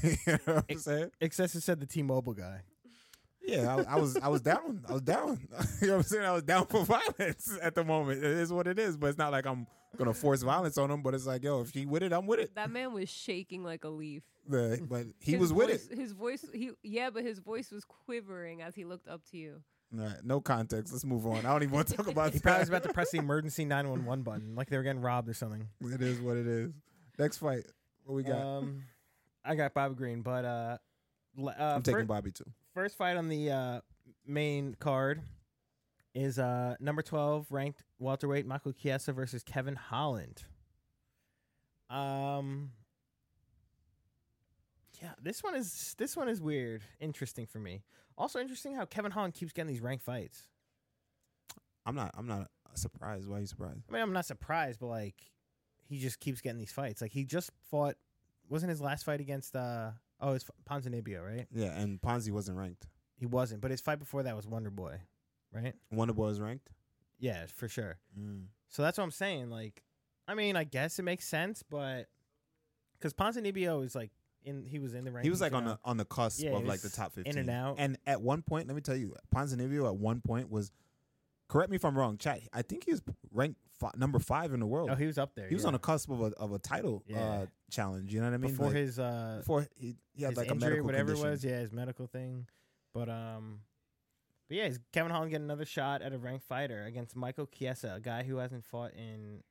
you know what I'm saying? Excessive said the T-Mobile guy. Yeah, I, I was. I was down. I was down. you know what I'm saying? I was down for violence at the moment. It is what it is. But it's not like I'm gonna force violence on him. But it's like, yo, if he with it, I'm with it. That man was shaking like a leaf. But, but he His was with voice, it. His voice, he yeah, but his voice was quivering as he looked up to you. All right, no context. Let's move on. I don't even want to talk about He that. probably was about to press the emergency 911 button, like they were getting robbed or something. it is what it is. Next fight. What we got? Um, I got Bob Green, but uh, le- uh I'm taking fir- Bobby too. first fight on the uh, main card is uh number 12 ranked welterweight Michael Chiesa versus Kevin Holland. Um Yeah, this one is this one is weird, interesting for me. Also interesting how Kevin Holland keeps getting these ranked fights. I'm not. I'm not surprised. Why are you surprised? I mean, I'm not surprised, but like he just keeps getting these fights. Like he just fought wasn't his last fight against uh oh, it's Ponzinibbio, right? Yeah, and Ponzi wasn't ranked. He wasn't, but his fight before that was Wonder Boy, right? Wonder Boy was ranked. Yeah, for sure. So that's what I'm saying. Like, I mean, I guess it makes sense, but because Ponzinibbio is like in, he was in the rankings. He was like you on know? the on the cusp Yeah, of he like the was top in fifteen. and out. And at one point, let me tell you, Ponzinibbio at one point was. Correct me if I'm wrong, chat. I think he was ranked fi- number five in the world. Oh, he, he was up there. was yeah. on the cusp of a of a title uh, Yeah. challenge. You know what I mean? before Like, his uh before he, he had his like a injury, medical whatever condition. it was. Yeah, his medical thing. But um, but yeah, is Kevin Holland getting another shot at a ranked fighter against Michael Chiesa, a guy who hasn't fought in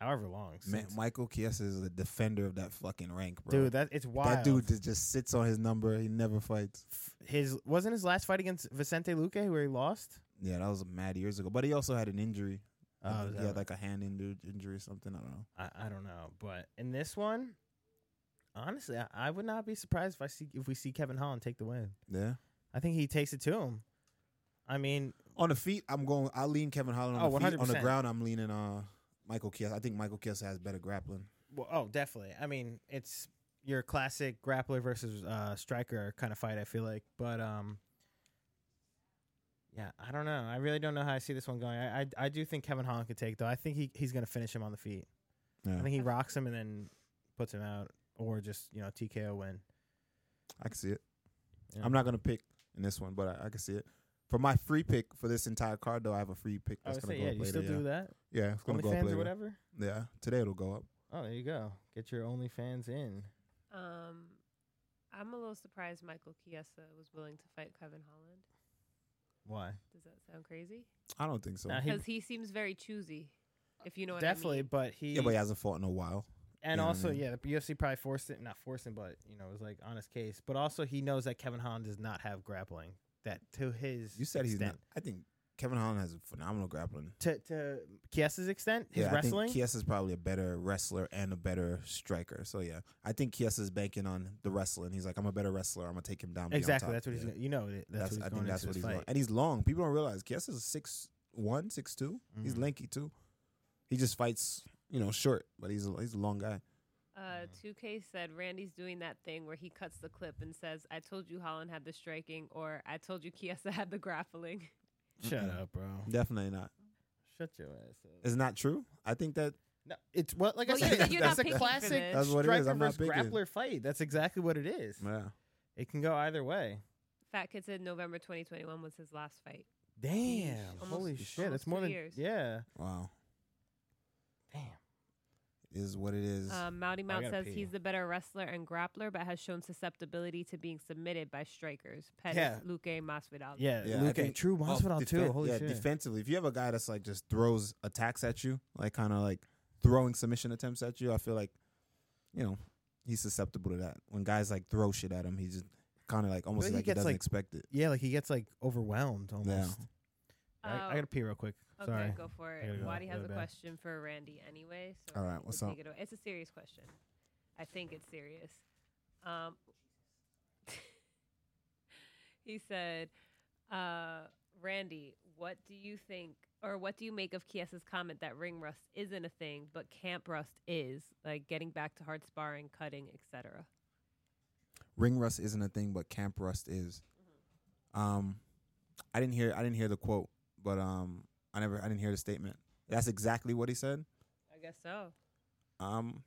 however long. Man, Since. Michael Chiesa is a defender of that fucking rank, bro. dude, that it's wild. that dude just- just sits on his number. He never fights. his wasn't his last fight against Vicente Luque where he lost. Yeah, that was mad years ago. But he also had an injury. Oh, Uh, is he that had right? like a hand injury, injury or something. I don't know. I, I don't know, but in this one, honestly, I, I would not be surprised if I see if we see Kevin Holland take the win. Yeah. I think he takes it to him. I mean, On the feet, I'm going. I lean Kevin Holland on Oh, the feet. On the 100%. ground, I'm leaning uh Michael Kiesa. I think Michael Kiesa has better grappling. well, oh, definitely. I mean, it's your classic grappler versus uh, striker kind of fight. I feel like, but um, yeah, I don't know. I really don't know how I see this one going. I I, I do think Kevin Holland could take though. I think he he's gonna finish him on the feet. Yeah, I I, think he rocks him and then puts him out, or just you know TKO win. can see it. Yeah. I'm not gonna pick in this one, but I, I can see it. For my free pick for this entire card, though, I have a free pick I that's would gonna Oh, say, go yeah, up you later. still yeah. do that? yeah, it's gonna go up OnlyFans or later. whatever? Yeah, today it'll go up. Oh, there you go. Get your OnlyFans in. Um, I'm a little surprised Michael Chiesa was willing to fight Kevin Holland. Why? Does that sound crazy? I don't think so. Nah, he- Because he, seems very choosy. If you know what Definitely, I mean. but he yeah, but he hasn't fought in a while. and you know what I also mean? yeah, the UFC probably forced it, not forcing, but you know, it was like honest case. But also he knows that Kevin Holland does not have grappling. That to his You said he's extent. not. I think Kevin Holland has a phenomenal grappling. to to Kiesa's extent, his yeah, I wrestling. think Kiesa's probably a better wrestler and a better striker. So yeah, I think Kiesa's banking on the wrestling. He's like, I'm a better wrestler. I'm gonna take him down. be on exactly, top." that's what he's Yeah. gonna, you know it- that's, what he's I going think that's into what this he's going. fight. And he's long. People don't realize Kiesa's six one, six two. He's Mhm. lanky too. He just fights, you know, short, but he's a, he's a long guy. Mm-hmm. Uh, 2K said Randy's doing that thing where he cuts the clip and says, "I told you Holland had the striking," or "I told you Chiesa had the grappling." Shut Mhm. up, bro. Definitely not. Shut your ass up. It's not true. I think that No, it's what like Well, I you said. said you're not that's a picking for classic this. That's what it striker is, I'm not versus picking. grappler fight. That's exactly what it is. yeah. It can go either way. Fat Kid said November 2021 was his last fight. Damn! Almost- Holy shit! almost That's more two than years. yeah. Wow, Damn. it is what it is. Um, Mounty Mount gotta says pee. he's the better wrestler and grappler, but has shown susceptibility to being submitted by strikers. Pettis, Yeah. Luque, Masvidal. Yeah. Yeah, I Luke, think- true. Oh, Masvidal too. defen- Holy yeah, shit. defensively. If you have a guy that's like just throws attacks at you, like kind of like throwing submission attempts at you, I feel like, you know, he's susceptible to that. When guys like throw shit at him, he just kind of like almost But he like he gets, doesn't like- expect it. yeah, like he gets like overwhelmed almost. I, I Oh, gotta pee real quick. okay, Sorry. go for I gotta it. go Waddy has really a bad. question for Randy anyway. So All right, you can what's take up? it away. it's a serious question. I think it's serious. Um, he said, uh, Randy, what do you think or what do you make of Kiesa's comment that ring rust isn't a thing, but camp rust is, like getting back to hard sparring, cutting, etc. Ring rust isn't a thing, but camp rust is. Um, I didn't hear I didn't hear the quote, but um, I never I didn't hear the statement. That's exactly what he said. I guess so. Um,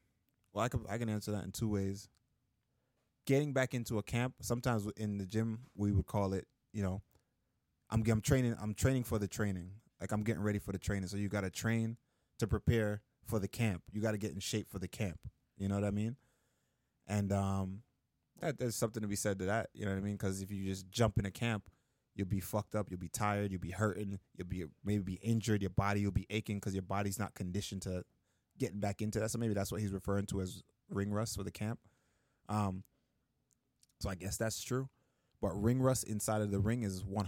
well, I could I can answer that in two ways. Getting back into a camp, sometimes w- in the gym we would call it, you know, I'm g- I'm training I'm training for the training. Like I'm getting ready for the training. So you got to train to prepare for the camp. You got to get in shape for the camp. You know what I mean? And um, that there's something to be said to that. You know what I mean? Because if you just jump in a camp, you'll be fucked up. You'll be tired. You'll be hurting. You'll be maybe be injured. Your body will be aching because your body's not conditioned to getting back into that. So maybe that's what he's referring to as ring rust for the camp. Um, so I guess that's true. But ring rust inside of the ring is 100%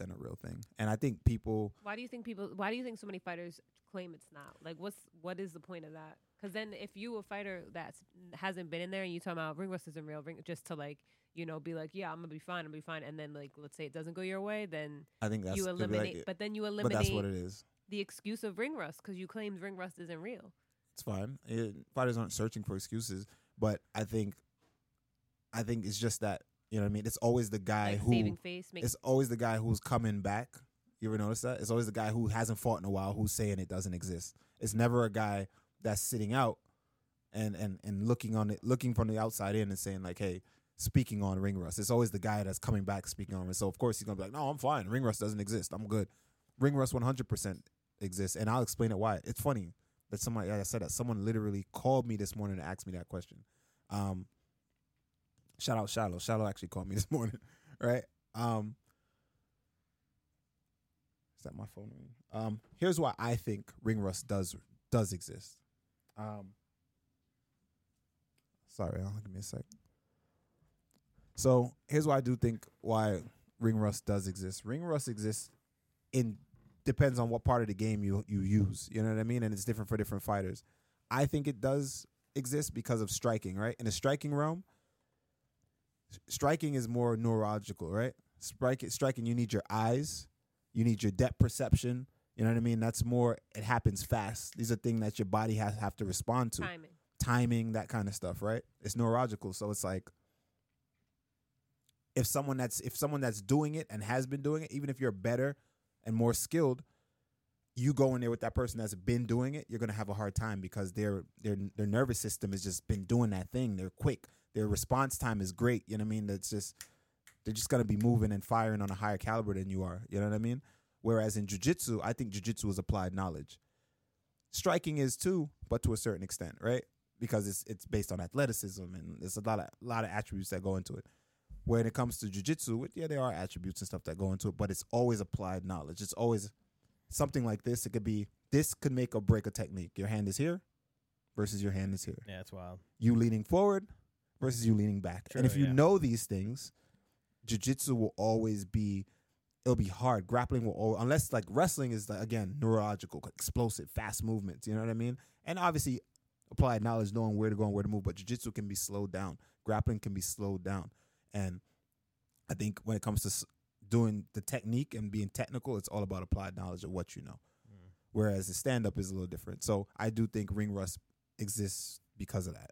a real thing. And I think people, Why do you think people? Why do you think so many fighters claim it's not? Like, what's what is the point of that? Because then, if you a fighter that hasn't been in there and you talk about ring rust isn't real, ring just to like you know be like, yeah, I'm gonna be fine, I'm gonna be fine, and then like let's say it doesn't go your way, then I think that's you they'll be like, eliminate. but then you eliminate but that's what it is. the excuse of ring rust because you claimed ring rust isn't real. It's fine. It, fighters aren't searching for excuses, but I think, I think it's just that you know what I mean. It's always the guy like who saving face makes it's always the guy who's coming back. You ever notice that? It's always the guy who hasn't fought in a while who's saying it doesn't exist. It's never a guy that's sitting out and and and looking on it, looking from the outside in and saying like, "Hey, speaking on ring rust." It's always the guy that's coming back speaking on it. So of course he's gonna be like, "No, I'm fine. Ring rust doesn't exist. I'm good. Ring rust 100 percent exists." And I'll explain it why. It's funny that somebody, like I said, that someone literally called me this morning to ask me that question. Um, shout out Shiloh. Shiloh actually called me this morning, right? Um, is that my phone ring? Um, here's why I think ring rust does does exist. Um, sorry, I'll give me a sec. So here's why I do think why ring rust does exist. Ring rust exists in depends on what part of the game you you use. You know what I mean? And it's different for different fighters. I think it does exist because of striking, right? In the striking realm, s- striking is more neurological, right? Strike striking, you need your eyes, you need your depth perception. You know what I mean? That's more. It happens fast. These are things that your body has have to respond to timing. timing, that kind of stuff, right? It's neurological, so it's like if someone that's if someone that's doing it and has been doing it, even if you're better and more skilled, you go in there with that person that's been doing it, you're gonna have a hard time because their their their nervous system has just been doing that thing. They're quick, their response time is great. You know what I mean? That's just they're just gonna be moving and firing on a higher caliber than you are. You know what I mean? Whereas in jujitsu, I think jujitsu is applied knowledge. Striking is too, but to a certain extent, right? Because it's it's based on athleticism and there's a lot of lot of attributes that go into it. When it comes to jujitsu, yeah, there are attributes and stuff that go into it, but it's always applied knowledge. It's always something like this. It could be this could make or break a technique. Your hand is here versus your hand is here Yeah, it's wild. you leaning forward versus you leaning back. and True, if you yeah. know these things, jiu-jitsu will always be it'll be hard. Grappling will always, unless like wrestling is like, again neurological, explosive, fast movements, you know what I mean? And obviously applied knowledge knowing where to go and where to move, but jiu-jitsu can be slowed down. Grappling can be slowed down. And I think when it comes to s- doing the technique and being technical, it's all about applied knowledge of what you know. Mm. Whereas the stand up is a little different. So I do think ring rust exists because of that.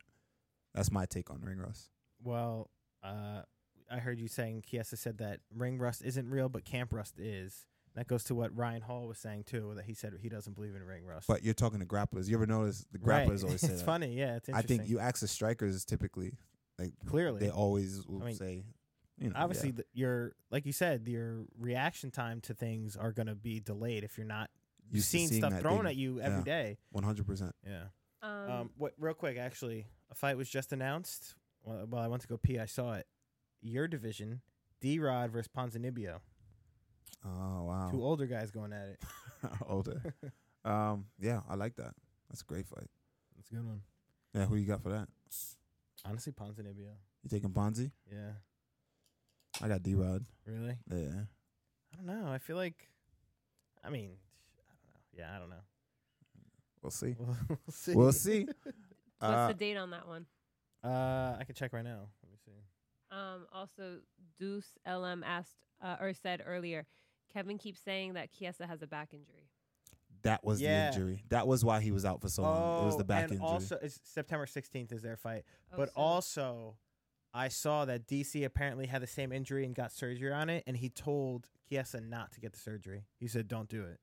That's my take on ring rust. Well, uh, I heard you saying Kiesa said that ring rust isn't real, but camp rust is. That goes to what Ryan Hall was saying too, that he said he doesn't believe in ring rust. But you're talking to grapplers. You ever notice the Right. grapplers always say it's that? funny, yeah. It's I interesting. think you ask the strikers typically, like clearly they always will I mean, say, you know, obviously yeah. th- your like you said your reaction time to things are going to be delayed if you're not you've Used to seen seeing stuff that thrown thing. at you every Yeah. day 100%. yeah Um, um what real quick actually a fight was just announced well, well i went to go pee i saw it your division d-rod versus ponzinibbio Oh two wow, older guys going at it older. Um, yeah, I like that. That's a great fight. that's a good one Yeah, who you got for that? honestly ponzinibbio You taking Bonzi? yeah I got D Rod. really Yeah, i don't know i feel like i mean i don't know yeah i don't know we'll see. we'll, we'll see We'll see. what's Uh, the date on that one? uh i can check right now let me see Um, also, Deuce LM asked uh, or said earlier, Kevin keeps saying that Kiesa has a back injury. that was Yeah. Oh, the injury. That was why he was out for so long. It was the back and injury. also it's September 16th is their fight. Oh, but so- also, I saw that DC apparently had the same injury and got surgery on it, and he told Kiesa not to get the surgery. He said, "Don't do it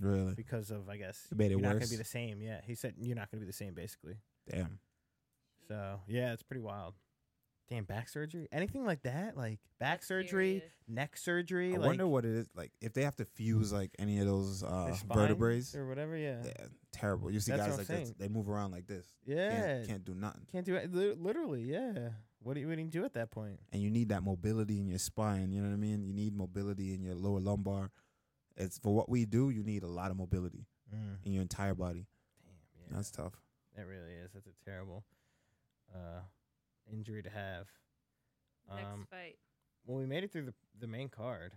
really? because of I guess It made it you're not gonna worse. be the same." Yeah, he said you're not gonna be the same basically. Damn. So yeah, it's pretty wild. Damn, back surgery, anything like that, like back surgery, serious. neck surgery. I like, wonder what it is like if they have to fuse like any of those their uh, spine vertebrae. or whatever. Yeah, Yeah, terrible. You see That's guys what like I'm that, saying. they move around like this. yeah, Can't, can't, can't do nothing. do it. Li- Literally, yeah. What do you, what do you do at that point? And you need that mobility in your spine. You know what I mean? You need mobility in your lower lumbar. It's for what we do. You need a lot of mobility Mm. in your entire body. Damn, yeah. That's tough. That really is. That's a terrible uh, injury to have. Um, Next fight. well, we made it through the, the main card.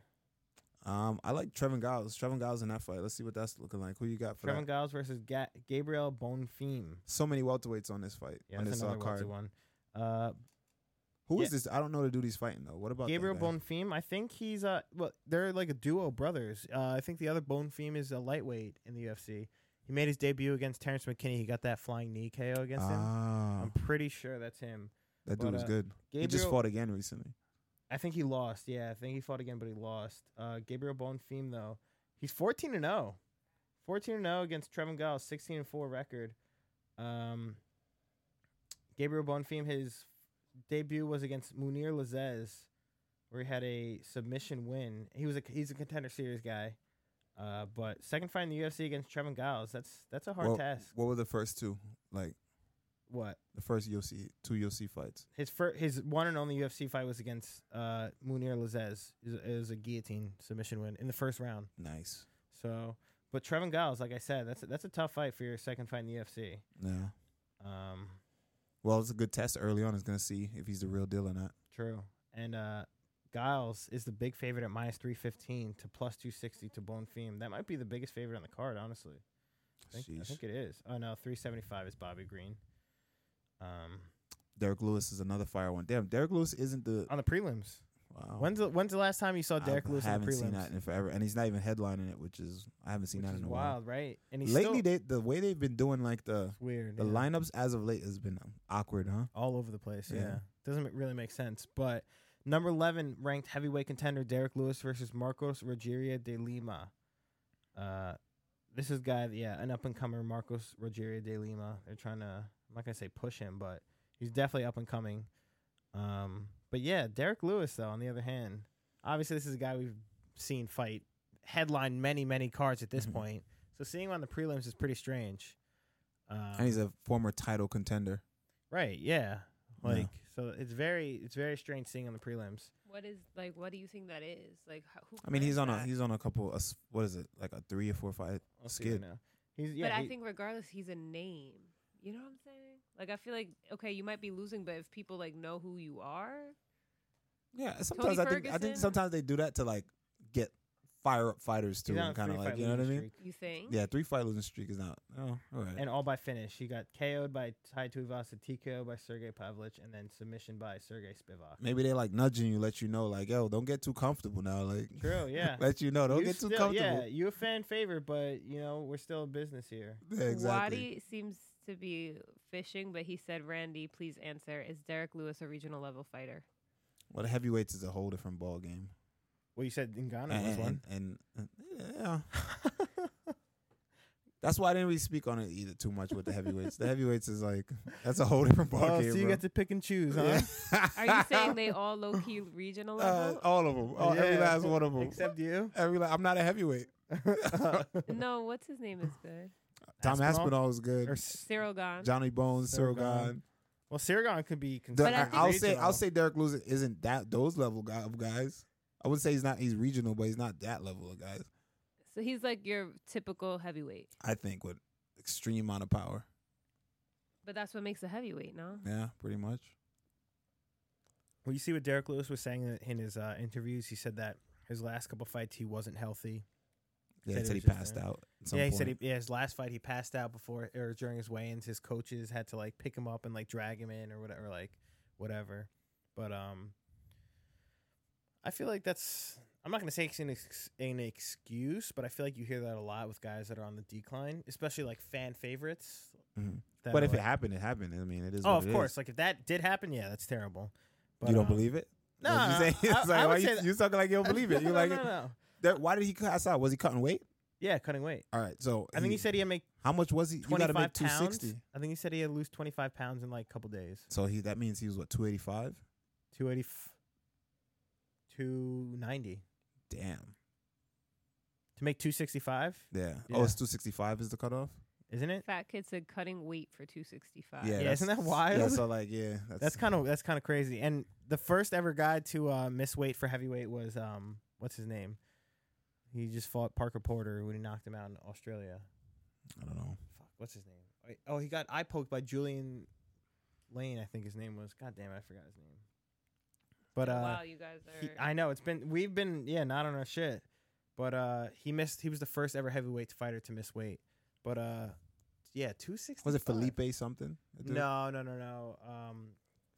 Um, I like Trevin Giles. Trevin Giles in that fight. Let's see what that's looking like. Who you got for Trevor that? Giles versus Ga- Gabriel Bonfim. So many welterweights on this fight. Yeah, on that's this uh, another one. card. to one. Uh, Who is Yeah. this? I don't know the dude he's fighting though. What about that Gabriel guy? Bonfim, I think he's uh, well, they're like a duo brothers. Uh, I think the other Bonfim is a lightweight in the UFC. He made his debut against Terrence McKinney. He got that flying knee KO against him. Ah, I'm pretty sure that's him. that but, dude was uh, good. Gabriel, he just fought again recently. I think he lost. Yeah, I think he fought again, but he lost. Uh, Gabriel Bonfim though, he's fourteen and zero. 14 and 0 against Trevin Giles, 16 and 4 record. Um, Gabriel Bonfim, his debut was against Munir Lazez, where he had a submission win. He was a he's a contender series guy, uh, but second fight in the UFC against Trevin Giles, that's that's a hard Well, task. What were the first two? Like What the first UFC, two UFC fights. his first his one and only UFC fight was against uh, Munir Lazez. It was- it was a guillotine submission win in the first round. Nice. So, but Trevin Giles, like I said, that's a, that's a tough fight for your second fight in the UFC. Yeah. Um, Well, it's a good test early on. It's gonna see if he's the real deal or not. true. And uh, Giles is the big favorite at minus three fifteen to plus two sixty to Bonfim. That might be the biggest favorite on the card, honestly. I think, I Sheesh. think it is. Oh no, three seventy five is Bobby Green. Um, Derek Lewis is another fire one. Damn, Derek Lewis isn't the. on the prelims. Wow. When's the, when's the last time you saw Derek I Lewis on the oh. haven't prelims? seen that in forever, and he's not even headlining it, which is I haven't seen Which that is in a while. wild, right? And he's Lately, still, they the way they've been doing like the it's weird. the yeah. lineups as of late has been um, awkward, huh? all over the place. Yeah. Yeah. Doesn't ma- really make sense. But number 11 ranked heavyweight contender Derek Lewis versus Marcos Rogeria de Lima. Uh, this is guy, yeah, an up and comer Marcos Rogeria de Lima. They're trying to, I'm not going to say push him, but he's definitely up and coming. Um, But yeah, Derek Lewis, though, on the other hand, obviously this is a guy we've seen fight headline many, many cards at this Mhm. point. So seeing him on the prelims is pretty strange. Um, and he's a former title contender. right, yeah. Yeah. Like so, it's very it's very strange seeing him on the prelims. What is like? What do you think that is? Like, how, who? I mean, plans he's on a that? he's on a couple. Of, s- what is it like a three or four fight? I'll see right Skid. now. He's yeah. but I he- think regardless, he's a name. You know what I'm saying? Like, I feel like okay, you might be losing, but if people like know who you are, Yeah, sometimes I think I think Ferguson? sometimes they do that to like get fire up fighters too, he's on a and kind of three-fight like you know what I losing mean. streak. you think? Yeah, three fight losing streak is not. Oh, all right. And all by finish. He got KO'd by Tai Tuivasa, TKO by Sergey Pavlich, and then submission by Sergey Spivak. Maybe they like nudging you, let you know, like, yo, don't get too comfortable now. Like, True, yeah. let you know, don't You get too still- Yeah, comfortable. you a fan favorite, but you know we're still a business here. Yeah, exactly. Wadi seems to be fishing, but he said, "Randy, please answer. Is Derek Lewis a regional level fighter?" Well, the heavyweights is a whole different ball game. Well, you said Ngannou was And, one. and, and, and- yeah, that's why I didn't really speak on it either too much with the heavyweights. the heavyweights is like that's a whole different ball oh, game. so you bro. get to pick and choose, huh? Yeah. Are you saying they all low key regional Uh, level? all of them, all, every Yeah. last one of them. Except you. every, la- I'm not a heavyweight. oh. no, what's his name is good. Tom Aspinall? Aspinall is Or good. S- Cyril Gahn. Johnny Bones, Cyril Sorogon. Gahn. well, Sirgon could be The- considered. But I think- I, will say regional. I'll say Derek Lewis isn't that those level guy of guys. I would say he's not he's regional, but he's not that level of guys. So he's like your typical heavyweight, I think with extreme amount of power. but that's what makes a heavyweight, no? Yeah, pretty much. Well, you see what Derek Lewis was saying in- in his uh, interviews. He said that his last couple fights he wasn't healthy. Yeah, he Said it said he was just passed there. out. At some yeah, he point. said he, yeah, his last fight he passed out before or during his weigh-ins. His coaches had to like pick him up and like drag him in or whatever, like whatever. But um, I feel like that's I'm not gonna say it's an, ex- an excuse, but I feel like you hear that a lot with guys that are on the decline, especially like fan favorites. Mhm. that But are, if it like- happened, it happened. I mean, it is. oh, what of it course, is. like if that did happen, yeah, that's terrible. you don't um, believe it. No, What you no, say? no, I- It's like, I why would you, say that- you talking like you don't believe it. No, You're like, no, no. that, why did he pass out? Was he cutting weight? yeah, cutting weight. All right, so I think he said he had make how much was he? You got twenty to make five two pounds. sixty. I think he said he had to lose twenty five pounds in like a couple days. So he that means he was what two eighty five. 280 f- 290 Damn. to make 265 Yeah. Yeah. Oh, it's two sixty five is the cutoff. isn't it Fat kid said cutting weight for 265. Uh, Yeah, that's- isn't that Yeah, wild? so like, yeah, that's kind of that's kind of crazy and the first ever guy to uh, miss weight for heavyweight was um what's his name he just fought parker porter when he knocked him out in australia I don't know. fuck what's his name Wait, oh he got eye poked by julian lane i think his name was god damn it, i forgot his name but uh wow, you guys are. He, I know it's been we've been yeah not on our shit, but uh he missed he was the first ever heavyweight fighter to miss weight, but uh yeah two sixty Was it Felipe something? The dude? No no no no um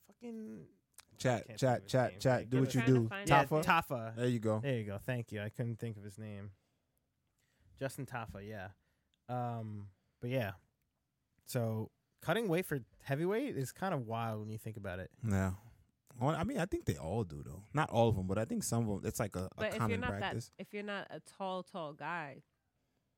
fucking I Chat, can't think of chat, his chat, name. chat. Do Give what us- you Trying to do. find yeah, out. Tafa. Oh. Tafa There you go. there you go thank you I couldn't think of his name Justin Tafa yeah um but yeah so cutting weight for heavyweight is kind of wild when you think about it Yeah. Well, I mean, I think they all do though. Not all of them, but I think some of them. It's like a, a but if you're common not practice. that, if you're not a tall, tall guy,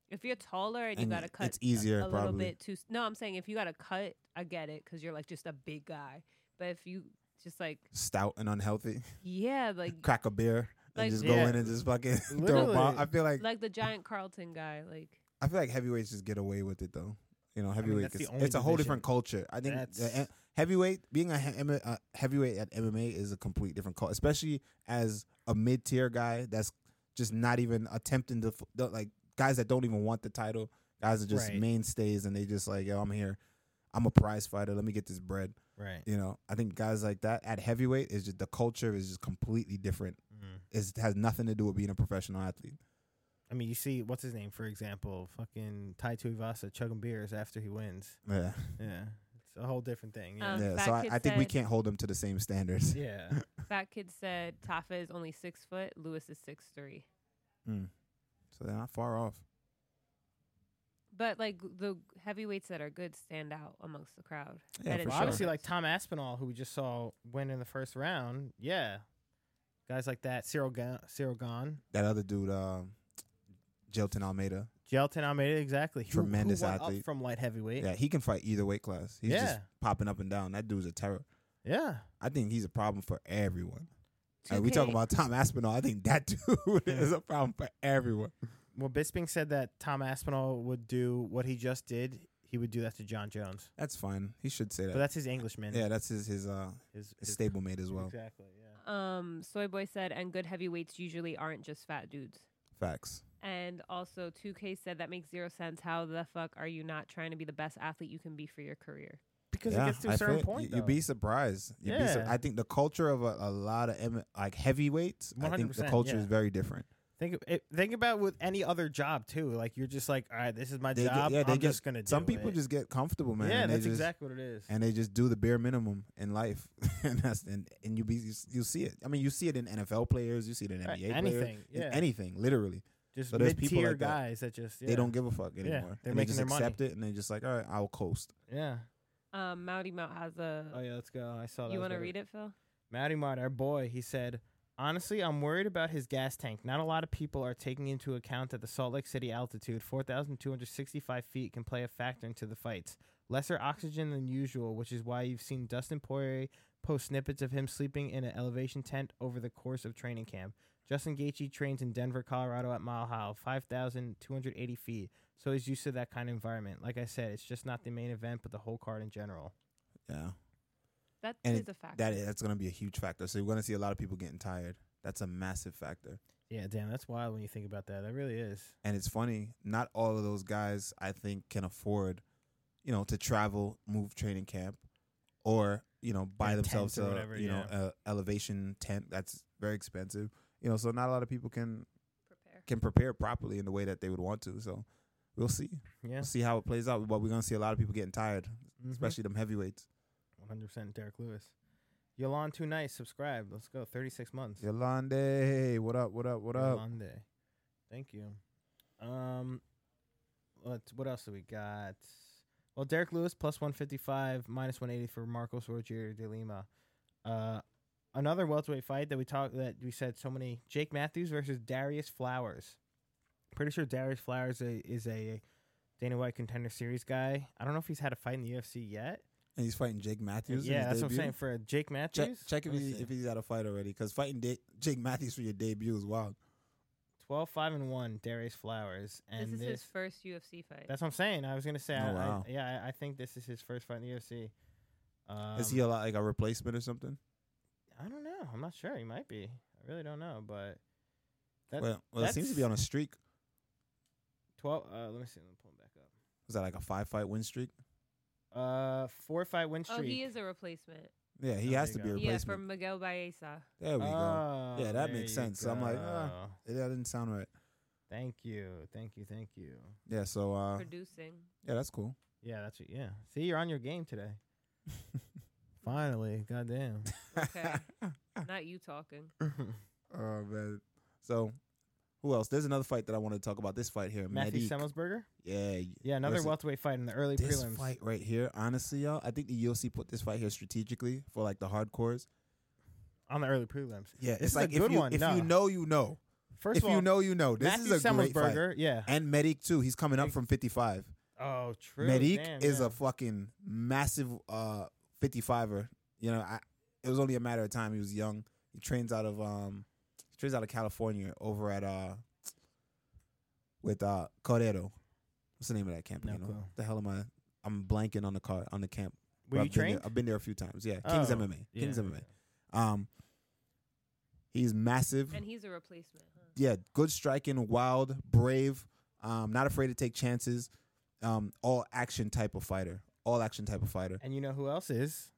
if you're taller and, And you gotta cut, it's easier, a little probably. bit too. s- No, I'm saying if you gotta cut, I get it because you're like just a big guy. But if you just like, Stout and unhealthy. yeah, like Crack a beer and Like- just Yeah. go in and just fucking throw a Literally. ball. I feel like, like the giant Carlton guy, like I feel like heavyweights just get away with it though. You know, heavyweight. that's the is- only it's a whole different division. culture. I think the That's- M- heavyweight being a, he- M- a uh, heavyweight at MMA is a complete different culture, especially as a mid tier guy that's just not even attempting to f- the- like guys that don't even want the title. Guys are just Right. mainstays and they just like, yo, I'm here. I'm a prize fighter. Let me get this bread. right You know, I think guys like that at heavyweight is just the culture is just completely different. mm. It's, it has nothing to do with being a professional athlete. I mean you see what's his name for example fucking Tai Tuivasa chugging beers after he wins. Yeah, Yeah, it's a whole different thing. Yeah, Um, yeah. Fat So I, Kid I think we said- can't hold them to the same standards. yeah. fat kid said, Tafa is only six foot, Lewis is six three. So they're not far off. But like the heavyweights that are good stand out amongst the crowd. Yeah, That for is Well, sure. obviously, like Tom Aspinall, who we just saw win in the first round. Yeah, guys like that. Cyril Gon, Cyril Gon, that other dude, um, Jelton Almeida. Gelton Almeida, exactly. Who- Tremendous who went up athlete. from light heavyweight. Yeah, he can fight either weight class. He's just Yeah. popping up and down. That dude's a terror. Yeah. I think he's a problem for everyone. Like, 2K. we talk about Tom Aspinall. I think that dude is a problem for everyone. Well, Bisping said that Tom Aspinall would do what he just did. He would do that to John Jones, That's fine. He should say but that. that's hhis Englishman. Yeah, that's his his uh his, his stablemate as well. Exactly. Yeah. Um, Soy Boy said, and good heavyweights usually aren't just fat dudes. Facts. And also, 2K said that makes zero sense. How the fuck are you not trying to be the best athlete you can be for your career? Because Yeah, it gets to a I certain feel- point. You, would though. be surprised. You'd be sur- Yeah. I think the culture of a, a lot of M- like heavyweights. I think the 100%, culture yeah. is very different. Think of- it, think about with any other job too. Like you're just like, all right, this is my They get- job. yeah, they I'm get- just gonna. Some do people it. just get comfortable, man. yeah, and they that's just, exactly what it is. And they just do the bare minimum in life, and that's and, and you be you see it. I mean, you see it in NFL players, you see it in Right, NBA players, anything. in Yeah. anything, literally. just so there's mid people tier like that. guys that, just yeah. They don't give a fuck anymore. they're and they making just their money. accept it, and they just like, all right, I'll coast. Yeah. Um, Mouty Mout has a. Oh yeah. Let's go. I saw that. you want to read it, Phil? Matty Mott, our boy, he said, Honestly, I'm worried about his gas tank. Not a lot of people are taking into account that the Salt Lake City altitude, 4,265 feet, can play a factor into the fights. Lesser oxygen than usual, which is why you've seen Dustin Poirier post snippets of him sleeping in an elevation tent over the course of training camp. Justin Gaethje trains in Denver, Colorado at Mile High, 5,280 feet, so he's used to that kind of environment. Like I said, it's just not the main event, but the whole card in general. Yeah, That And is it- a fact. that is, that's gonna be a huge factor. So you're gonna see a lot of people getting tired. That's a massive factor. Yeah, damn, that's wild when you think about that. That really is. And it's funny, not all of those guys I think can afford, you know, to travel, move training camp, or you know, buy Yeah, themselves tents or a whatever, you know yeah. a elevation tent that's very expensive. You know, so not a lot of people can Prepare. can prepare properly in the way that they would want to. So we'll see, Yeah. Mm-hmm. we'll see how it plays out. But we're gonna see a lot of people getting tired, especially them heavyweights. 100% Derek Lewis. Yolan Too Nice, subscribe. Let's go. 36 months. Yolande, what up? What up? What up? Yolande. Thank you. Um, let what else do we got? Well, Derek Lewis plus 155, minus 180 for Marcos Rogier de Lima. Uh, another welterweight fight that we talked that we said so many Jake Matthews versus Darius Flowers. Pretty sure Darius Flowers a, is a Dana White contender series guy. I don't know if he's had a fight in the UFC yet. And he's fighting Jake Matthews. in yeah, his that's what I'm debut? saying for Jake Check, Matthews. check if, let me he, see. if he's at a fight already, because fighting da- Jake Matthews for your debut is wild. 12 5 and 1 Darius Flowers and this this, is his first UFC fight. That's what I'm saying. I was going to say Oh, I, I- wow. yeah, I, I think this is his first fight in the UFC. Um, is he a lot like a replacement or something? I don't know. I'm not sure. He might be. I really don't know, but that well, well it seems to be that's- on a streak. 12 uh, let me see. Let me pull him back up. Was that like a five fight win streak? Uh, four fight win streak. oh, he is a replacement. Yeah, he Oh, has to there be you a go. Yeah, for replacement. Miguel Baeza. there we go. Oh, Yeah, that there makes you sense. So I'm like, ah. go. Yeah, that didn't sound right. thank you, thank you, thank you. Yeah, so uh, producing. yeah, that's cool. Yeah, that's what, yeah. See, you're on your game today. Finally, goddamn. Okay. Ah. Not you talking. oh man. So who else? There's another fight that I want to talk about. This fight here, Matthew Matthew. Semmelsberger. Yeah, y- Yeah, another listen, welterweight fight in the early This prelims. fight right here, honestly, y'all, I think the UFC put this fight here strategically for like the hardcores. on the early prelims. Yeah, This it's is a like good if you one, if no. you know you know. First if of all, you know you know. This Matthew is a great fight. Semmelsberger, yeah. And Medic too. He's coming up from 55. Oh, true. Medic Damn, is yeah. a fucking massive uh 55er. You know, I it was only a matter of time. He was young. He trains out of um he trains out of California over at uh with uh Cordero. What's the name of that camp? No you know? clue. The hell am I I'm blanking on the car on the camp. But Were you I've been there- trained? I've been there a few times. Yeah. King's Oh, MMA. yeah, King's yeah. MMA. Um he's massive. And he's a replacement. Huh? yeah, good striking, wild, brave, um, not afraid to take chances, um, all action type of fighter, all action type of fighter. And you know who else is?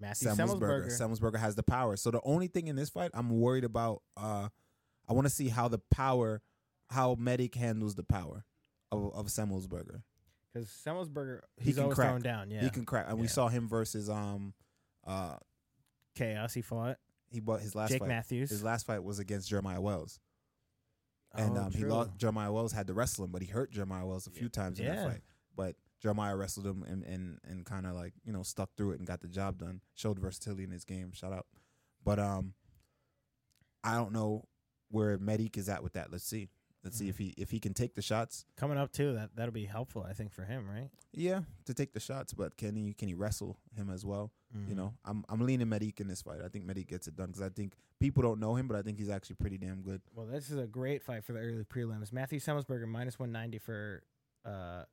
Matthew Semmelsberger. Semmelsberger. Semmelsberger has the power. So the only thing in this fight, I'm worried about. Uh, I want to see how the power, how Medic handles the power of, of Semmelsberger. Because Semmelsberger, He he's can always crack. thrown down. Yeah. He can crack, and we Yeah. saw him versus um, uh, Chaos, he fought. he bought his last Jake fight. Matthews. His last fight was against Jeremiah Wells, and Oh, um, he true. lost. Jeremiah Wells had to wrestle him, but he hurt Jeremiah Wells a few Yeah. times in that Yeah. fight. But Jeremiah wrestled him and and and kind of like you know stuck through it and got the job done. Showed versatility in his game. Shout out. But um, I don't know where Medic is at with that. Let's see. and see if he if he can take the shots. Coming up too, that that'll be helpful, I think, for him, right? Yeah, to take the shots, but can he can he wrestle him as well? Mm. You Mm-hmm. know, I'm I'm leaning Medic in this fight. I think Medic gets it done because I think people don't know him, but I think he's actually pretty damn good. Well, this is a great fight for the early prelims. Matthew Semmelsberger minus one ninety for, uh,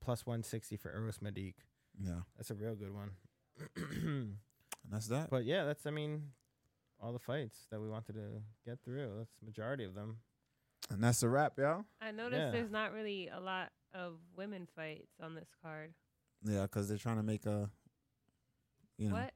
plus one sixty for Eros Madik. Yeah, That's a real good one. and that's that. but yeah, that's I mean, all the fights that we wanted to get through. That's the majority of them. And that's a wrap, y'all. I noticed Yeah. there's not really a lot of women fights on this card. Yeah, because they're trying to make a. You know, What?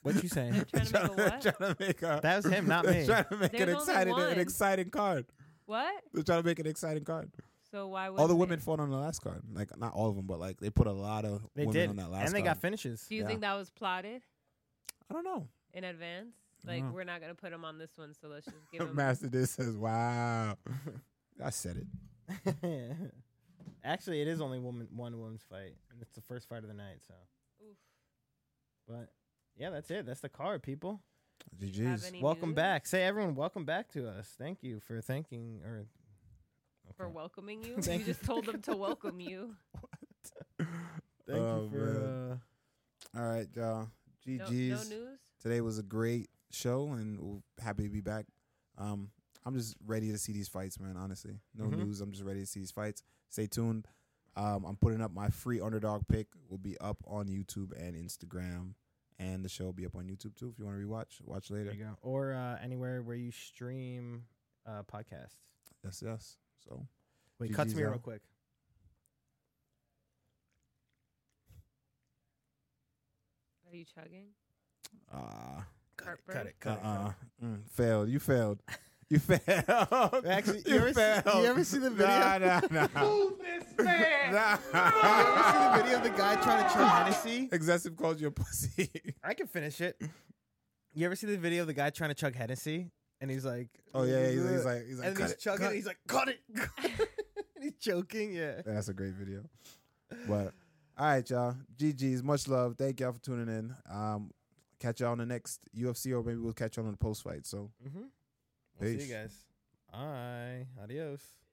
What you saying? They're trying to make a what? trying to make a- That was him, not they're me. Trying to make There's an only exciting an one. exciting card. What? They're trying to make an exciting card. So why would all the women fought on the last card. Like not all of them, but like they put a lot of They women did, on and that last. they card. got finishes. Do you Yeah. think that was plotted I don't know. in advance? I Like dunno. we're not gonna put them on this one, so let's just give them. Master Dish says, "Wow, I said it." Actually, it is only woman one woman's fight, and it's the first fight of the night. So, Oof. but yeah, that's it. That's the card, people. GG's. Any welcome news? back. Say everyone, welcome back to us. Thank you for thanking or for Okay. welcoming you. Thank you you. just told them to welcome you. thank Oh, you for uh, All right, y'all. No, no GG's. news. Today was a great show, and we're happy to be back. Um, I'm just ready to see these fights, man. Honestly, no Mhm. news. I'm just ready to see these fights. Stay tuned. Um, I'm putting up my free underdog pick. Will be up on YouTube and Instagram, and the show will be up on YouTube too. If you want to rewatch, watch uh, there later. you go. or uh, anywhere where you stream uh, podcasts. Yes, yes. So Wait, cut to GG's me real out. quick. Are you chugging? ah. Cut it, Heartburn? cut it, cut it, Uh-uh. cut Mm, failed. You failed. You failed. Actually, you ever see- you ever see the video? Nah, nah, nah. Move this man. nah. it. You ever see the video of the guy trying to chug Hennessy? Excessive called you a pussy. I can finish it. You ever see the video of the guy trying to chug Hennessy? And he's like, oh yeah, he's, he's like, he's like, and "Cut he's it, chugging. cut and it." he's like, cut it. And he's choking. Yeah. That's a great video. But all right, y'all. GG's. Much love. Thank y'all for tuning in. Um, catch y'all on the next UFC, or maybe we'll catch y'all on the post fight. So. Mm-hmm. We'll see Peace. you guys. Bye. Adios.